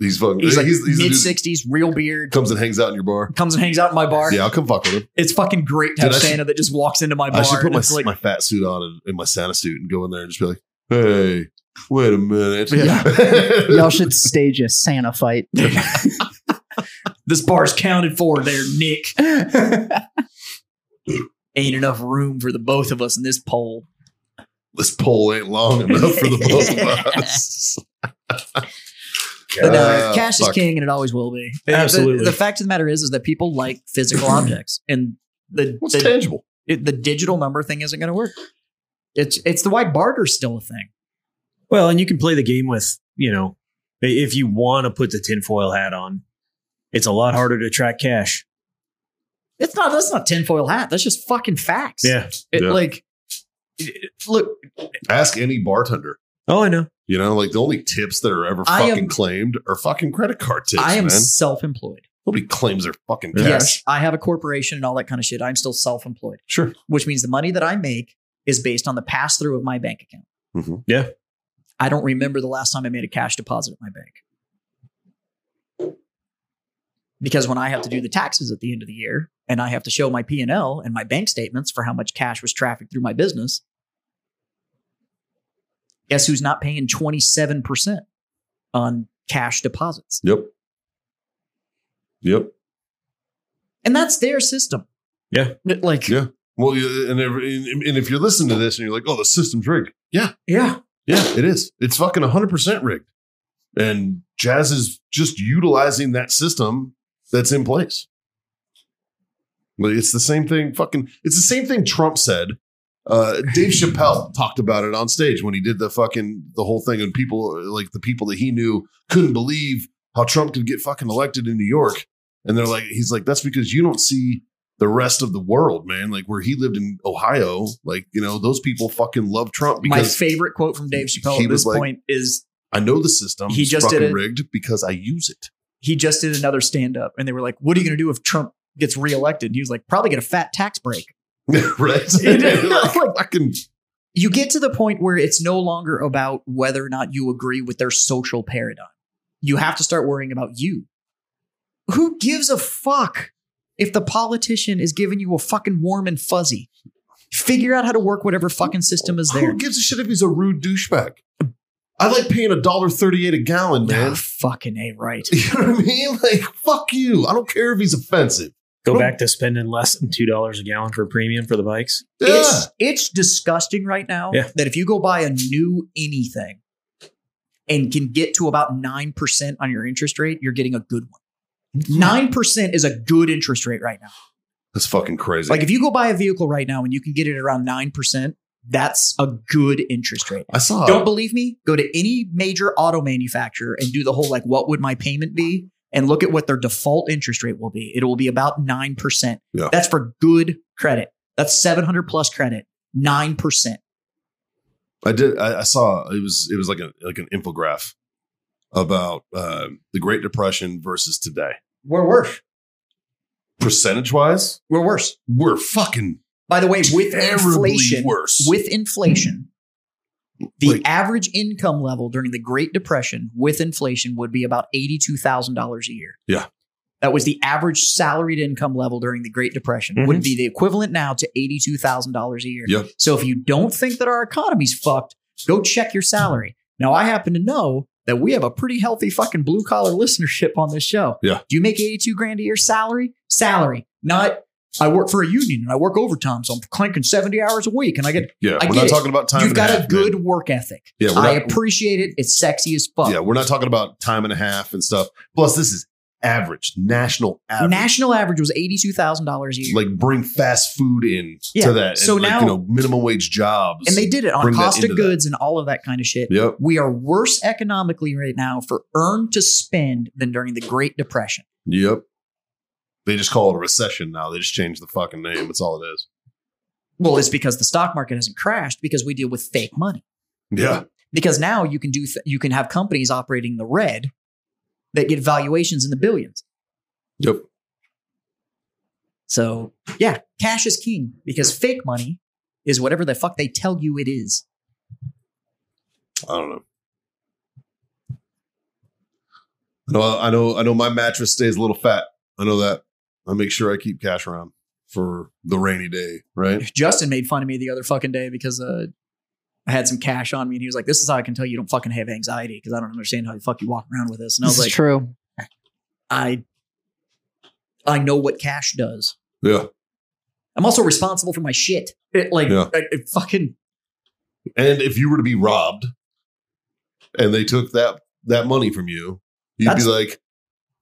[SPEAKER 1] he's fucking.
[SPEAKER 5] he's like
[SPEAKER 1] he's, he's the
[SPEAKER 5] mid
[SPEAKER 1] dude
[SPEAKER 5] sixties, real
[SPEAKER 1] that
[SPEAKER 5] beard,
[SPEAKER 1] comes and hangs out in your bar.
[SPEAKER 5] comes and hangs out in my bar.
[SPEAKER 1] Yeah, I'll come fuck with him.
[SPEAKER 5] It's fucking great to have
[SPEAKER 1] Dude, I should-
[SPEAKER 5] Santa that just walks into my bar.
[SPEAKER 1] I should put
[SPEAKER 5] and
[SPEAKER 1] my
[SPEAKER 5] it's like,
[SPEAKER 1] my fat suit on and, and my Santa suit and go in there and just be like, "Hey, wait a minute."
[SPEAKER 4] Yeah. Y'all should stage a Santa fight.
[SPEAKER 5] this bar's counted for there, Nick.
[SPEAKER 4] That's
[SPEAKER 5] Ain't enough room for the both of us in this pole.
[SPEAKER 1] this pole ain't long enough for the both of us.
[SPEAKER 5] But uh,
[SPEAKER 1] Ah,
[SPEAKER 5] cash is
[SPEAKER 1] fuck.
[SPEAKER 5] king, and it always will be. The- the-
[SPEAKER 3] Absolutely.
[SPEAKER 5] The, fact of the matter is, is that people like physical objects, and the
[SPEAKER 1] What's
[SPEAKER 5] the,
[SPEAKER 1] tangible?
[SPEAKER 5] it- the digital number thing isn't going to work. It's it's the why barter's still a thing.
[SPEAKER 3] Well, and you can play the game with, you know, i- if you want to put the tinfoil hat on, it's a lot harder to track cash.
[SPEAKER 5] It's not that's not tinfoil hat. That's just fucking facts.
[SPEAKER 3] Yeah.
[SPEAKER 5] It,
[SPEAKER 1] Yeah.
[SPEAKER 5] Like, it- it- look,
[SPEAKER 1] Ask any bartender.
[SPEAKER 3] Oh, I know.
[SPEAKER 1] You know, like the only tips that are ever
[SPEAKER 5] I am-
[SPEAKER 1] fucking claimed are fucking credit card tips.
[SPEAKER 5] I am
[SPEAKER 1] man.
[SPEAKER 5] self-employed.
[SPEAKER 1] Nobody claims their fucking cash.
[SPEAKER 5] Yes, I have a corporation and all that kind of shit. I'm still self-employed.
[SPEAKER 1] Sure.
[SPEAKER 5] which means the money that I make is based on the pass through of my bank account.
[SPEAKER 1] Mhm.
[SPEAKER 3] Yeah.
[SPEAKER 5] I don't remember the last time I made a cash deposit at my bank. Because when I have to do the taxes at the end of the year and I have to show my P&L and my bank statements for how much cash was trafficked through my business, guess who's not paying 27% on cash deposits?
[SPEAKER 1] Yep. Yep.
[SPEAKER 5] And that's their system.
[SPEAKER 3] Yeah.
[SPEAKER 5] Like
[SPEAKER 1] Yeah. Well, you- and every, and and if you're listening to this and you're like, "Oh, the system's rigged," yeah,
[SPEAKER 5] yeah.
[SPEAKER 1] yeah, it is. It's fucking 100 percent rigged, and Jazz is just utilizing that system that's in place. Like, It's the same thing. Fucking, it's the same thing Trump said. Uh, Dave Chappelle talked about it on stage when he did the fucking the whole thing, and people like the people that he knew couldn't believe how Trump could get fucking elected in New York. And they're like, he's like, that's because you don't see the rest of the world, man. Like where he lived in Ohio, like, you know, those people fucking love Trump
[SPEAKER 5] My
[SPEAKER 1] because
[SPEAKER 5] favorite quote from Dave Chappelle
[SPEAKER 1] he
[SPEAKER 5] at
[SPEAKER 1] was
[SPEAKER 5] this
[SPEAKER 1] like-
[SPEAKER 5] point is
[SPEAKER 1] I know the system.
[SPEAKER 5] He
[SPEAKER 1] It's
[SPEAKER 5] just did
[SPEAKER 1] fucking
[SPEAKER 5] it.
[SPEAKER 1] rigged because I use it.
[SPEAKER 5] he just did another stand up and they were like, What are you going to do if Trump gets reelected? And he was like, Probably get a fat tax break.
[SPEAKER 1] right? like, fucking
[SPEAKER 5] You get to the point where it's no longer about whether or not you agree with their social paradigm. You have to start worrying about you. Who gives a fuck if the politician is giving you a fucking warm and fuzzy? Figure out how to work whatever fucking system is there.
[SPEAKER 1] Who gives a shit if he's a rude douchebag? I like paying a dollar thirty-eight a gallon,
[SPEAKER 5] Ah,
[SPEAKER 1] man.
[SPEAKER 5] fucking A, right.
[SPEAKER 1] you know what I mean? Like, fuck you. I don't care if he's offensive.
[SPEAKER 3] Go back to spending less than two dollars a gallon for premium for the bikes.
[SPEAKER 5] It's it's disgusting right now
[SPEAKER 3] Yeah.
[SPEAKER 5] that if you go buy a new anything and can get to about 9% on your interest rate, you're getting a good one. 9% is a good interest rate right now.
[SPEAKER 1] That's fucking crazy.
[SPEAKER 5] Like if you go buy a vehicle right now and you can get it around 9%, that's a good interest rate.
[SPEAKER 1] I saw.
[SPEAKER 5] Don't believe me? Go to any major auto manufacturer and do the whole like what would my payment be and look at what their default interest rate will be. It will be about 9%.
[SPEAKER 1] Yeah.
[SPEAKER 5] That's for good credit. That's 700 plus credit. 9%.
[SPEAKER 1] I did. I, I saw. It was. It was like a like an infograph about uh, the Great Depression versus today.
[SPEAKER 5] We're worse.
[SPEAKER 1] Percentage wise,
[SPEAKER 5] We're worse.
[SPEAKER 1] we're fucking
[SPEAKER 5] By the way, with
[SPEAKER 1] terribly
[SPEAKER 5] inflation,
[SPEAKER 1] worse.
[SPEAKER 5] with inflation, the
[SPEAKER 1] Like-
[SPEAKER 5] average income level during the Great Depression with inflation would be about $82,000 a year.
[SPEAKER 1] Yeah.
[SPEAKER 5] That was the average salaried income level during the Great Depression,
[SPEAKER 3] Mhm.
[SPEAKER 5] would
[SPEAKER 1] Mm-hmm.
[SPEAKER 5] be the equivalent now to $82,000 a year.
[SPEAKER 1] Yeah.
[SPEAKER 5] So if you don't think that our economy's fucked, go check your salary. Now, I happen to know that we have a pretty healthy fucking blue collar listenership on this show.
[SPEAKER 1] Yeah.
[SPEAKER 5] Do you make 82 grand a year salary? Salary, not I work for a union and I work overtime, so I'm clanking 70 hours a week and I get
[SPEAKER 1] yeah.
[SPEAKER 5] I
[SPEAKER 1] we're
[SPEAKER 5] get
[SPEAKER 1] not
[SPEAKER 5] it.
[SPEAKER 1] talking about time.
[SPEAKER 5] you've
[SPEAKER 1] and
[SPEAKER 5] got
[SPEAKER 1] a,
[SPEAKER 5] a,
[SPEAKER 1] half,
[SPEAKER 5] good
[SPEAKER 1] man.
[SPEAKER 5] work ethic.
[SPEAKER 1] Yeah, we're
[SPEAKER 5] I
[SPEAKER 1] not,
[SPEAKER 5] appreciate it. It's sexy as fuck.
[SPEAKER 1] yeah, we're not talking about time and a half and stuff. Plus, this is average, national average.
[SPEAKER 5] National average was $82,000 a year.
[SPEAKER 1] like bring fast food in
[SPEAKER 5] Yeah.
[SPEAKER 1] to that.
[SPEAKER 5] So
[SPEAKER 1] and, like,
[SPEAKER 5] now-
[SPEAKER 1] you know, minimum wage jobs.
[SPEAKER 5] and they did it on
[SPEAKER 1] bring that
[SPEAKER 5] cost of
[SPEAKER 1] into that.
[SPEAKER 5] goods and all of that kind of shit.
[SPEAKER 1] Yep.
[SPEAKER 5] We are worse economically right now for earn to spend than during the Great Depression.
[SPEAKER 1] Yep. They just call it a recession now. They just changed the fucking name. That's all it is.
[SPEAKER 5] Well, it's because the stock market hasn't crashed because we deal with fake money.
[SPEAKER 1] Yeah.
[SPEAKER 5] because now you can do th- you can have companies operating in the red that get valuations in the billions.
[SPEAKER 1] Yep.
[SPEAKER 5] So yeah, cash is king because fake money is whatever the fuck they tell you it is.
[SPEAKER 1] I don't know. I know. I know. I know. My mattress stays a little fat. I know that. I make sure I keep cash around for the rainy day. Right.
[SPEAKER 5] Justin made fun of me the other fucking day because uh, I had some cash on me and he was like, "This is how I can tell you don't fucking have anxiety because I don't understand how the fuck you walk around with this." And I
[SPEAKER 4] This
[SPEAKER 5] was
[SPEAKER 4] is
[SPEAKER 5] like,
[SPEAKER 4] true.
[SPEAKER 5] "I, I know what cash does.
[SPEAKER 1] Yeah.
[SPEAKER 5] I'm also responsible for my shit. It, like,
[SPEAKER 1] Yeah.
[SPEAKER 5] I- it fucking
[SPEAKER 1] And if you were to be robbed, and they took that that money from you, you'd
[SPEAKER 5] That's-
[SPEAKER 1] be like,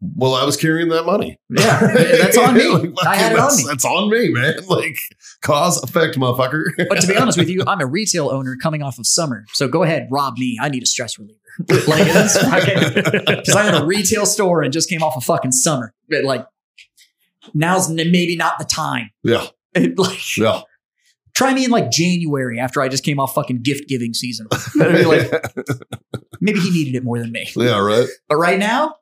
[SPEAKER 1] "Well, I was carrying that money.
[SPEAKER 5] yeah, that's on me.
[SPEAKER 1] Like,
[SPEAKER 5] I had it on
[SPEAKER 1] that's-
[SPEAKER 5] me.
[SPEAKER 1] That's on me, man. Like cause effect, motherfucker.
[SPEAKER 5] But to be honest with you, I'm a retail owner coming off of summer. So go ahead, rob me. I need a stress reliever. like that's fucking because I own a retail store and just came off of fucking summer. But like now's n- maybe not the time.
[SPEAKER 1] yeah,
[SPEAKER 5] like
[SPEAKER 1] yeah.
[SPEAKER 5] try me in like January after I just came off fucking gift giving season. I'd be like, maybe he needed it more than me.
[SPEAKER 1] yeah, right.
[SPEAKER 5] But right now,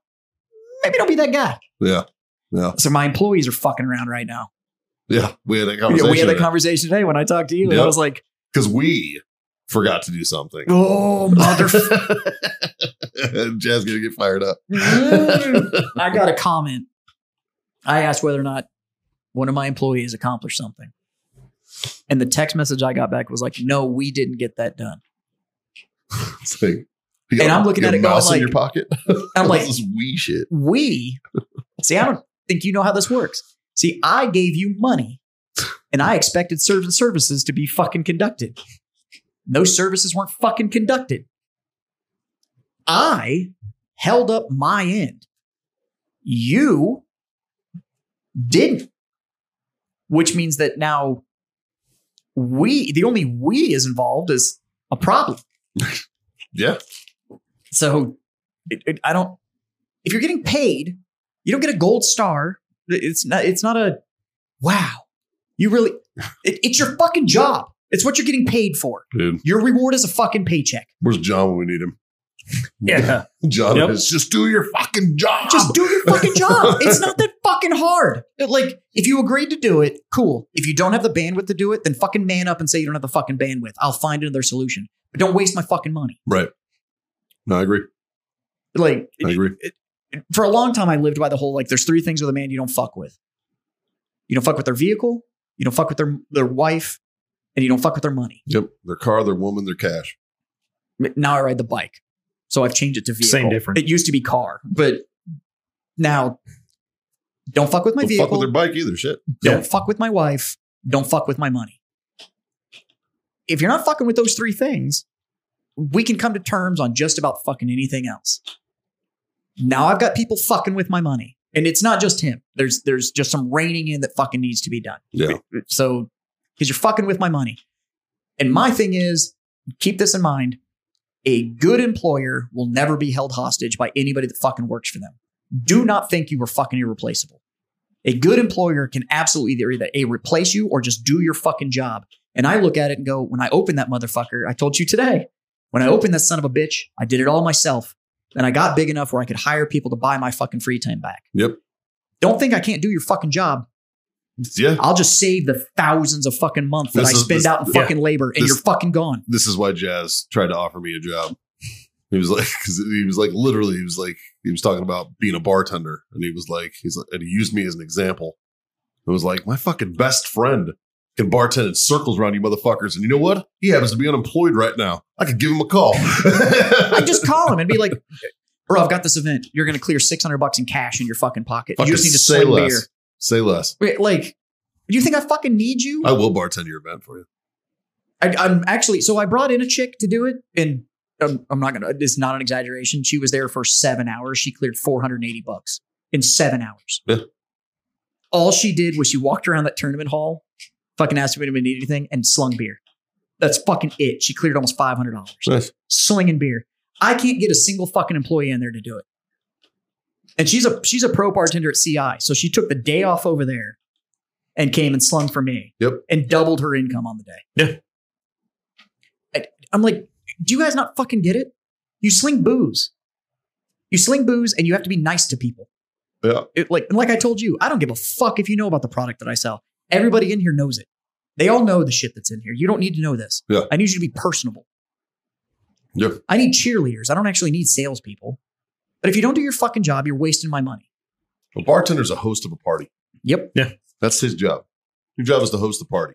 [SPEAKER 5] maybe don't be that guy.
[SPEAKER 1] Yeah. Yeah.
[SPEAKER 5] So my employees are fucking around right now.
[SPEAKER 1] Yeah, we had that
[SPEAKER 5] Yeah,
[SPEAKER 1] conversation
[SPEAKER 5] we had that
[SPEAKER 1] today.
[SPEAKER 5] conversation today when I talked to you, and I
[SPEAKER 1] Yep.
[SPEAKER 5] was like,
[SPEAKER 1] because we forgot to do something.
[SPEAKER 5] oh motherfucker.
[SPEAKER 1] Jazz gonna get fired up.
[SPEAKER 5] I got a comment. I asked whether or not one of my employees accomplished something. And the text message I got back was like, no, we didn't get that done.
[SPEAKER 1] It's like, you
[SPEAKER 5] And
[SPEAKER 1] got
[SPEAKER 5] I'm looking
[SPEAKER 1] your
[SPEAKER 5] at it going
[SPEAKER 1] mouse
[SPEAKER 5] like-
[SPEAKER 1] in your pocket.
[SPEAKER 5] I'm like,
[SPEAKER 1] this is wee shit.
[SPEAKER 5] we, see, I don't think you know how this works. See, I gave you money and I expected certain services to be fucking conducted. No services weren't fucking conducted. I held up my end. You didn't, which means that now we, the only we is involved is a problem.
[SPEAKER 1] Yeah,
[SPEAKER 5] So it, it- I don't, If you're getting paid, you don't get a gold star. It's not. It's not a wow. You really. It, it's your fucking job. It's what you're getting paid for.
[SPEAKER 1] Dude,
[SPEAKER 5] Your reward is a fucking paycheck.
[SPEAKER 1] where's John when we need him?
[SPEAKER 3] Yeah.
[SPEAKER 1] John
[SPEAKER 3] Yep.
[SPEAKER 1] is just do your fucking job.
[SPEAKER 5] Just do your fucking job. It's not that fucking hard. It- like, if you agreed to do it, cool. If you don't have the bandwidth to do it, then fucking man up and say you don't have the fucking bandwidth. I'll find another solution. But don't waste my fucking money.
[SPEAKER 1] right. No, I agree.
[SPEAKER 5] Like,
[SPEAKER 1] I agree.
[SPEAKER 5] for a long time, I lived by the whole like, there's three things with a man you don't fuck with. You don't fuck with their vehicle, you don't fuck with their their wife, and you don't fuck with their money.
[SPEAKER 1] Yep. Their car, their woman, their cash.
[SPEAKER 5] Now I ride the bike, so I've changed it to vehicle.
[SPEAKER 3] Same difference.
[SPEAKER 5] It used to be car, but now don't fuck with my
[SPEAKER 1] Don't
[SPEAKER 5] vehicle.
[SPEAKER 1] fuck with their bike either. Shit.
[SPEAKER 5] Don't
[SPEAKER 3] Yeah.
[SPEAKER 5] fuck with my wife. Don't fuck with my money. If you're not fucking with those three things, we can come to terms on just about fucking anything else. Now I've got people fucking with my money. And it's not just him. There's there's just some reining in that fucking needs to be done.
[SPEAKER 1] Yeah.
[SPEAKER 5] So because you're fucking with my money. And my thing is, keep this in mind. A good employer will never be held hostage by anybody that fucking works for them. Do not think you are fucking irreplaceable. A good employer can absolutely either, either A, replace you or just do your fucking job. And I look at it and go, when I opened that motherfucker, I told you today, when I opened that son of a bitch, I did it all myself. And I got big enough where I could hire people to buy my fucking free time back.
[SPEAKER 1] Yep.
[SPEAKER 5] Don't think I can't do your fucking job.
[SPEAKER 1] Yeah.
[SPEAKER 5] I'll just save the thousands of fucking months that
[SPEAKER 1] This
[SPEAKER 5] I
[SPEAKER 1] is-
[SPEAKER 5] spend
[SPEAKER 1] this-
[SPEAKER 5] out in
[SPEAKER 3] yeah.
[SPEAKER 5] fucking labor and
[SPEAKER 1] This-
[SPEAKER 5] you're fucking gone.
[SPEAKER 1] This is why Jazz tried to offer me a job. He was like, because he was like, literally, he was like, he was talking about being a bartender, and he was like, he's like, and he used me as an example. It was like my fucking best friend can bartend in circles around you motherfuckers, and you know what? He happens to be unemployed right now. I could give him a call.
[SPEAKER 5] I just call him and be like, bro, I've got this event. You're going to clear 600 bucks in cash in your fucking pocket.
[SPEAKER 1] Fucking
[SPEAKER 5] you just need to
[SPEAKER 1] say
[SPEAKER 5] sling
[SPEAKER 1] less.
[SPEAKER 5] beer.
[SPEAKER 1] Say less.
[SPEAKER 5] Wait, Like, do you think I fucking need you?
[SPEAKER 1] I will bartend your event for you.
[SPEAKER 5] I, I'm actually so I brought in a chick to do it, and I'm, I'm not gonna. It's not an exaggeration. She was there for seven hours. She cleared 480 bucks in seven hours.
[SPEAKER 1] Yeah.
[SPEAKER 5] All she did was she walked around that tournament hall, fucking asked if anybody needed anything, and slung beer. That's fucking it. She cleared almost five hundred dollars
[SPEAKER 1] Nice.
[SPEAKER 5] slinging beer. I can't get a single fucking employee in there to do it. And she's a she's a pro bartender at CI, so she took the day off over there and came and slung for me.
[SPEAKER 1] Yep.
[SPEAKER 5] And doubled her income on the day. Yeah. I, am like, do you guys not fucking get it? You sling booze. You sling booze and you have to be nice to people.
[SPEAKER 1] Yeah.
[SPEAKER 5] It, like and like I told you, I don't give a fuck if you know about the product that I sell. Everybody in here knows it. They all know the shit that's in here. You don't need to know this.
[SPEAKER 1] Yeah.
[SPEAKER 5] I need you to be personable.
[SPEAKER 1] Yeah.
[SPEAKER 5] I need cheerleaders. I don't actually need salespeople. But if you don't do your fucking job, you're wasting my money.
[SPEAKER 1] A bartender's a host of a party.
[SPEAKER 5] Yep.
[SPEAKER 1] That's his job. Your job is to host the party.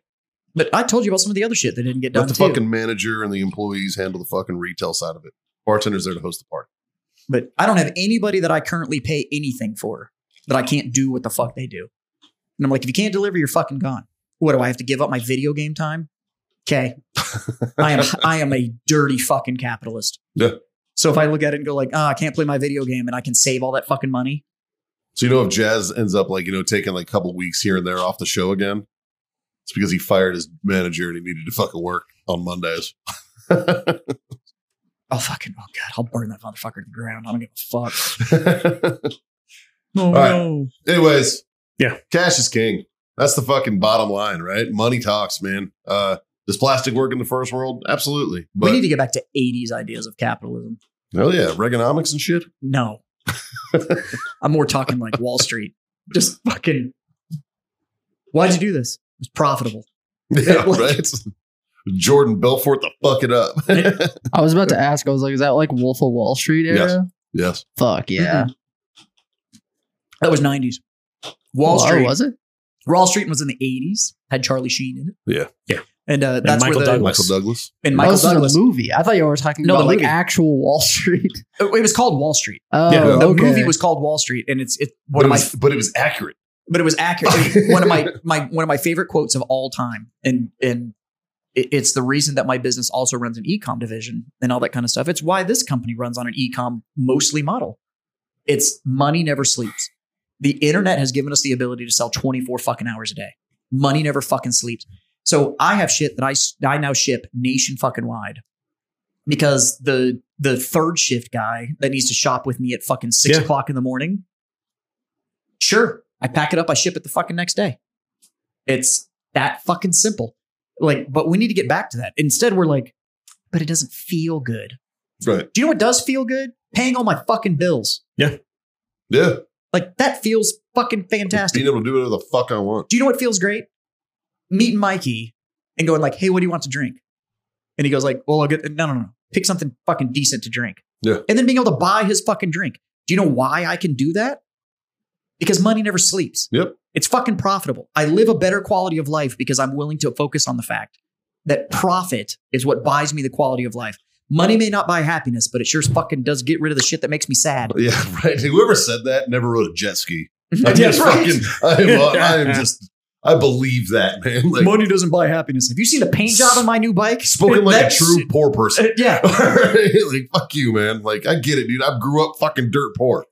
[SPEAKER 5] But I told you about some of the other shit that didn't get done.
[SPEAKER 1] Let the
[SPEAKER 5] too.
[SPEAKER 1] fucking manager and the employees handle the fucking retail side of it. Bartender's there to host the party.
[SPEAKER 5] but I don't have anybody that I currently pay anything for that I can't do what the fuck they do. And I'm like, if you can't deliver, you're fucking gone. What do I have to give up my video game time? Okay. I am I am a dirty fucking capitalist.
[SPEAKER 1] Yeah.
[SPEAKER 5] So if I look at it and go like, ah, I can't play my video game and I can save all that fucking money.
[SPEAKER 1] So you know if Jazz ends up like, you know, taking like a couple weeks here and there off the show again, it's because he fired his manager and he needed to fucking work on Mondays.
[SPEAKER 5] Oh fucking oh god, I'll burn that motherfucker to the ground. I don't give a fuck.
[SPEAKER 1] All right. Anyways.
[SPEAKER 3] Yeah.
[SPEAKER 1] Cash is king. That's the fucking bottom line, right? Money talks, man. Uh does plastic work in the first world? Absolutely. But
[SPEAKER 5] we need to get back to 80s ideas of capitalism.
[SPEAKER 1] hell yeah, Reaganomics and shit.
[SPEAKER 5] No. I'm more talking like Wall Street. Just fucking Why'd you do this? It was profitable.
[SPEAKER 1] Yeah,
[SPEAKER 5] like-
[SPEAKER 1] right. Jordan Belfort to fuck it up.
[SPEAKER 4] I was about to ask. I was like, is that like Wolf of Wall Street era?
[SPEAKER 1] Yes. yes.
[SPEAKER 4] Fuck yeah.
[SPEAKER 5] That was 90s. Wall
[SPEAKER 4] Well,
[SPEAKER 5] Street.
[SPEAKER 4] Oh, was it?
[SPEAKER 5] Wall Street was in the 80s. Had Charlie Sheen in it.
[SPEAKER 1] Yeah.
[SPEAKER 3] Yeah.
[SPEAKER 5] And uh, that's
[SPEAKER 3] Michael
[SPEAKER 5] where the,
[SPEAKER 3] Douglas.
[SPEAKER 1] Michael Douglas.
[SPEAKER 5] and
[SPEAKER 4] oh,
[SPEAKER 5] Michael
[SPEAKER 4] this is
[SPEAKER 5] Douglas.
[SPEAKER 4] a movie. I thought you were talking
[SPEAKER 5] No, the
[SPEAKER 4] about like
[SPEAKER 5] movie.
[SPEAKER 4] actual Wall Street.
[SPEAKER 5] It was called Wall Street.
[SPEAKER 4] Oh,
[SPEAKER 3] Yeah.
[SPEAKER 5] The
[SPEAKER 4] okay.
[SPEAKER 5] movie was called Wall Street, and it's it
[SPEAKER 1] but,
[SPEAKER 5] one of
[SPEAKER 1] it
[SPEAKER 5] my
[SPEAKER 1] was, but it was accurate.
[SPEAKER 5] but it was accurate. one of my my one of my favorite quotes of all time, and and it- it's the reason that my business also runs an e-com division and all that kind of stuff. It's why this company runs on an e-com mostly model. It's money never sleeps. The internet has given us the ability to sell 24 fucking hours a day. Money never fucking sleeps. So I have shit that I s- I now ship nation fucking wide because the the third shift guy that needs to shop with me at fucking six
[SPEAKER 3] Yeah.
[SPEAKER 5] o'clock in the morning. Sure, I pack it up. I ship it the fucking next day. It's that fucking simple. Like, but we need to get back to that. Instead, we're like, but it doesn't feel good.
[SPEAKER 1] Right.
[SPEAKER 5] Do you know what does feel good? Paying all my fucking bills.
[SPEAKER 1] Yeah.
[SPEAKER 5] Like that feels fucking fantastic.
[SPEAKER 1] Being able to do whatever the fuck I want.
[SPEAKER 5] Do you know what feels great? Meeting Mikey and going like, "Hey, what do you want to drink?" And he goes like, "Well, I'll get no, no, no. Pick something fucking decent to drink."
[SPEAKER 1] Yeah.
[SPEAKER 5] And then being able to buy his fucking drink. Do you know why I can do that? Because money never sleeps.
[SPEAKER 1] Yep.
[SPEAKER 5] It's fucking profitable. I live a better quality of life because I'm willing to focus on the fact that profit is what buys me the quality of life. Money may not buy happiness, but it sure as fucking does get rid of the shit that makes me sad.
[SPEAKER 1] Yeah, right. Whoever said that never rode a jet ski. I
[SPEAKER 3] Yeah,
[SPEAKER 1] just
[SPEAKER 3] right.
[SPEAKER 1] fucking, I am, uh, I am just, I believe that, man. Like,
[SPEAKER 5] Money doesn't buy happiness. Have you seen the paint job on my new bike?
[SPEAKER 1] spoken like
[SPEAKER 5] That's-
[SPEAKER 1] a true poor person.
[SPEAKER 5] Uh, yeah.
[SPEAKER 1] like, fuck you, man. Like, I get it, dude. I grew up fucking dirt poor.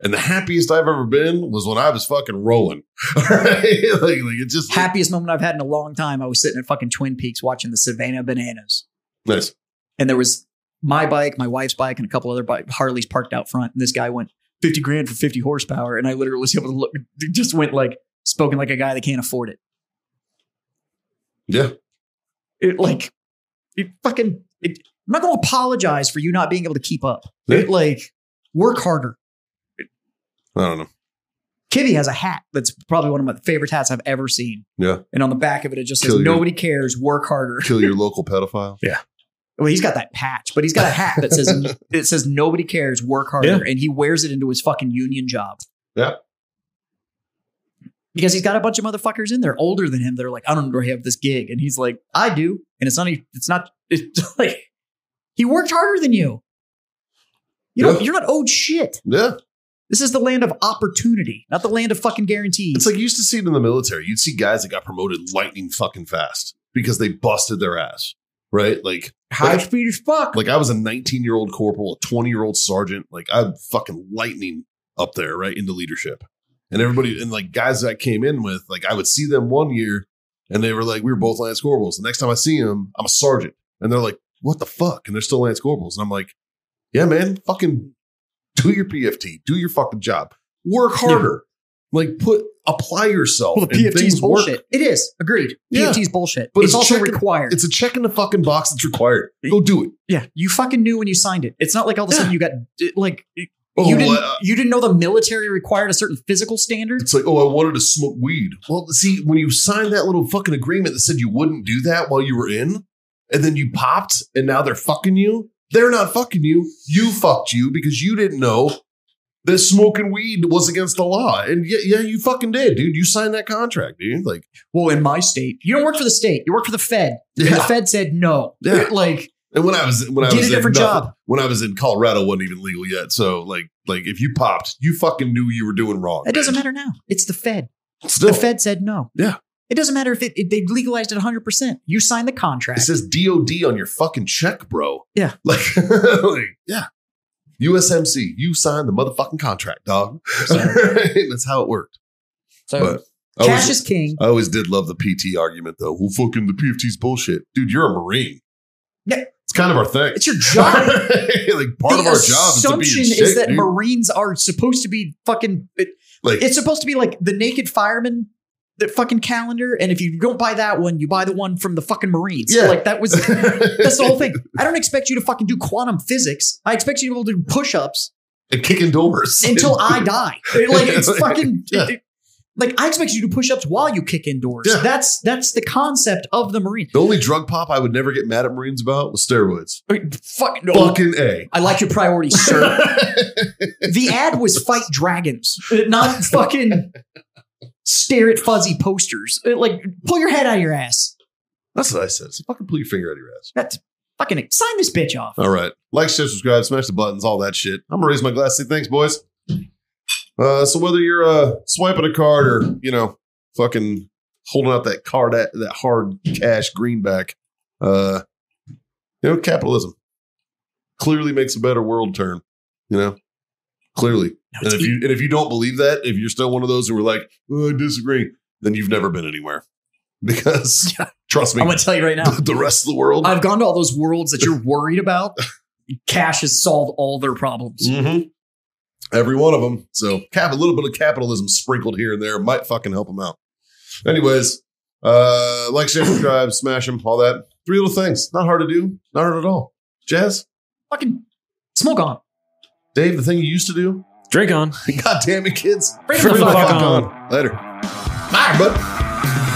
[SPEAKER 1] And the happiest I've ever been was when I was fucking rolling. like, like, it just
[SPEAKER 5] happiest moment I've had in a long time. I was sitting at fucking Twin Peaks watching the Savannah Bananas,
[SPEAKER 1] Nice.
[SPEAKER 5] and there was my bike, my wife's bike, and a couple other bike Harleys parked out front. And this guy went fifty grand for fifty horsepower, and I literally was able to look. Just went like spoken like a guy that can't afford it.
[SPEAKER 1] Yeah.
[SPEAKER 5] It like it fucking. It, I'm not going to apologize for you not being able to keep up. It, like work harder.
[SPEAKER 1] I don't know.
[SPEAKER 5] Kibby has a hat that's probably one of my favorite hats I've ever seen.
[SPEAKER 1] Yeah.
[SPEAKER 5] And on the back of it, it just says,
[SPEAKER 1] Kill you.
[SPEAKER 5] nobody cares, work harder.
[SPEAKER 1] Kill your local pedophile.
[SPEAKER 5] Well, he's got that patch, but he's got a hat that says it says nobody cares, work harder,
[SPEAKER 3] Yeah.
[SPEAKER 5] and he wears it into his fucking union job.
[SPEAKER 1] Yeah.
[SPEAKER 5] Because he's got a bunch of motherfuckers in there older than him that are like, I don't really have this gig, and he's like, I do, and it's not, e- it's not, it's like he worked harder than you. You know,
[SPEAKER 1] Yeah.
[SPEAKER 5] you're not owed shit.
[SPEAKER 1] Yeah.
[SPEAKER 5] This is the land of opportunity, not the land of fucking guarantees.
[SPEAKER 1] It's like you used to see it in the military. You'd see guys that got promoted lightning fucking fast because they busted their ass, right? Like high
[SPEAKER 5] speed as fuck.
[SPEAKER 1] like I was a 19 year old corporal, a 20 year old sergeant. Like I'm fucking lightning up there, right into leadership. And
[SPEAKER 5] Mm-hmm.
[SPEAKER 1] everybody and like guys that I came in with, like I would see them one year, and they were like, we were both lance corporals. The next time I see them, I'm a sergeant, and they're like, what the fuck? And they're still lance corporals, and I'm like, yeah, man, fucking do your PFT, do your fucking job, work harder. Like put apply yourself.
[SPEAKER 5] Well, the
[SPEAKER 1] and
[SPEAKER 5] PFT's
[SPEAKER 1] things work.
[SPEAKER 5] bullshit. It is agreed.
[SPEAKER 1] Yeah.
[SPEAKER 5] PFT's bullshit,
[SPEAKER 1] But
[SPEAKER 5] but it's,
[SPEAKER 1] it's
[SPEAKER 5] also
[SPEAKER 1] checking-
[SPEAKER 5] required.
[SPEAKER 1] It's a check in the fucking box that's required. Go do it.
[SPEAKER 5] Yeah, you fucking knew when you signed it. It's not like all of a sudden you got it- like
[SPEAKER 1] Oh,
[SPEAKER 5] you didn't
[SPEAKER 1] well, I-
[SPEAKER 5] you didn't know the military required a certain physical standard.
[SPEAKER 1] It's like, oh, I wanted to smoke weed. Well, see, when you signed that little fucking agreement that said you wouldn't do that while you were in, and then you popped, and now they're fucking you. They're not fucking you. You fucked you because you didn't know that smoking weed was against the law. And yeah, yeah, you fucking did, dude. You signed that contract, dude. Like,
[SPEAKER 5] Well, in my state, you don't work for the state. You work for the Fed. And The
[SPEAKER 1] yeah.
[SPEAKER 5] Fed said no.
[SPEAKER 1] Yeah.
[SPEAKER 5] Like
[SPEAKER 1] And when I was when I
[SPEAKER 5] Get
[SPEAKER 1] was
[SPEAKER 5] a different
[SPEAKER 1] in, nothing-
[SPEAKER 5] job.
[SPEAKER 1] when I was in Colorado, wasn't even legal yet. So like, like if you popped, you fucking knew you were doing wrong.
[SPEAKER 5] it doesn't
[SPEAKER 1] man.
[SPEAKER 5] matter now. It's the Fed.
[SPEAKER 1] Still,
[SPEAKER 5] The Fed said no.
[SPEAKER 1] Yeah.
[SPEAKER 5] It doesn't matter if it, it- they legalized it 100%. You signed the
[SPEAKER 1] It
[SPEAKER 5] contract.
[SPEAKER 1] says DOD on your fucking check, bro.
[SPEAKER 5] Yeah.
[SPEAKER 1] Like, like, yeah. USMC, you signed the motherfucking contract, dog. That's how it worked.
[SPEAKER 5] so
[SPEAKER 1] I
[SPEAKER 5] cash
[SPEAKER 1] always,
[SPEAKER 5] is king.
[SPEAKER 1] I always did love the PT argument, though. Well, fucking the PFT's bullshit. Dude, you're a Marine.
[SPEAKER 5] Yeah.
[SPEAKER 1] It's kind of our thing.
[SPEAKER 5] It's your job.
[SPEAKER 1] like, part of
[SPEAKER 5] the
[SPEAKER 1] our job is to be
[SPEAKER 5] assumption
[SPEAKER 1] your
[SPEAKER 5] is,
[SPEAKER 1] shit,
[SPEAKER 5] that
[SPEAKER 1] dude.
[SPEAKER 5] Marines are supposed to be fucking
[SPEAKER 1] like,
[SPEAKER 5] it's supposed to be like the naked fireman the fucking calendar and if you don't buy that one you buy the one from the fucking marines
[SPEAKER 1] Yeah.
[SPEAKER 5] like that was that's the whole thing i don't expect you to fucking do quantum physics i expect you to be able to do push-ups
[SPEAKER 1] and kicking doors.
[SPEAKER 5] until i die like it's fucking
[SPEAKER 1] Yeah.
[SPEAKER 5] like i expect you to do push-ups while you kick indoors
[SPEAKER 1] Yeah.
[SPEAKER 5] that's that's the concept of the marine
[SPEAKER 1] The only drug pop I would never get mad at Marines about was steroids.
[SPEAKER 5] I mean, fuck no
[SPEAKER 1] Fucking A.
[SPEAKER 5] i like your priorities sir the ad was fight dragons, not fucking stare at fuzzy posters. Uh, Like, pull your head out of your ass.
[SPEAKER 1] That's what I said. So fucking pull your finger out of your ass.
[SPEAKER 5] That's fucking sign this bitch off.
[SPEAKER 1] All right. Like, share, subscribe, smash the buttons, all that shit. I'm gonna raise my glass. Say thanks, boys. Uh, so whether you're uh, swiping a card or you know, fucking holding out that card at that hard cash greenback, uh, you know, capitalism clearly makes a better world turn. You know, clearly. And if you and if you don't believe that, if you're still one of those who are like, oh, I disagree, then you've never been anywhere. because trust me,
[SPEAKER 5] I'm going to tell you right now.
[SPEAKER 1] the, the rest of the world.
[SPEAKER 5] I've gone to all those worlds that you're worried about. Cash has solved all their problems.
[SPEAKER 1] Mhm. Every one of them. So cap a little bit of capitalism sprinkled here and there might fucking help them out. Anyways, uh, like, share, subscribe, smash them, all that. Three little things. Not hard to do. Not hard at all. Jazz,
[SPEAKER 5] Fucking smoke on.
[SPEAKER 1] Dave, the thing you used to do.
[SPEAKER 3] Drink on.
[SPEAKER 1] God damn it, kids.
[SPEAKER 5] Bring it the fuck on.
[SPEAKER 1] Later. Bye, bud.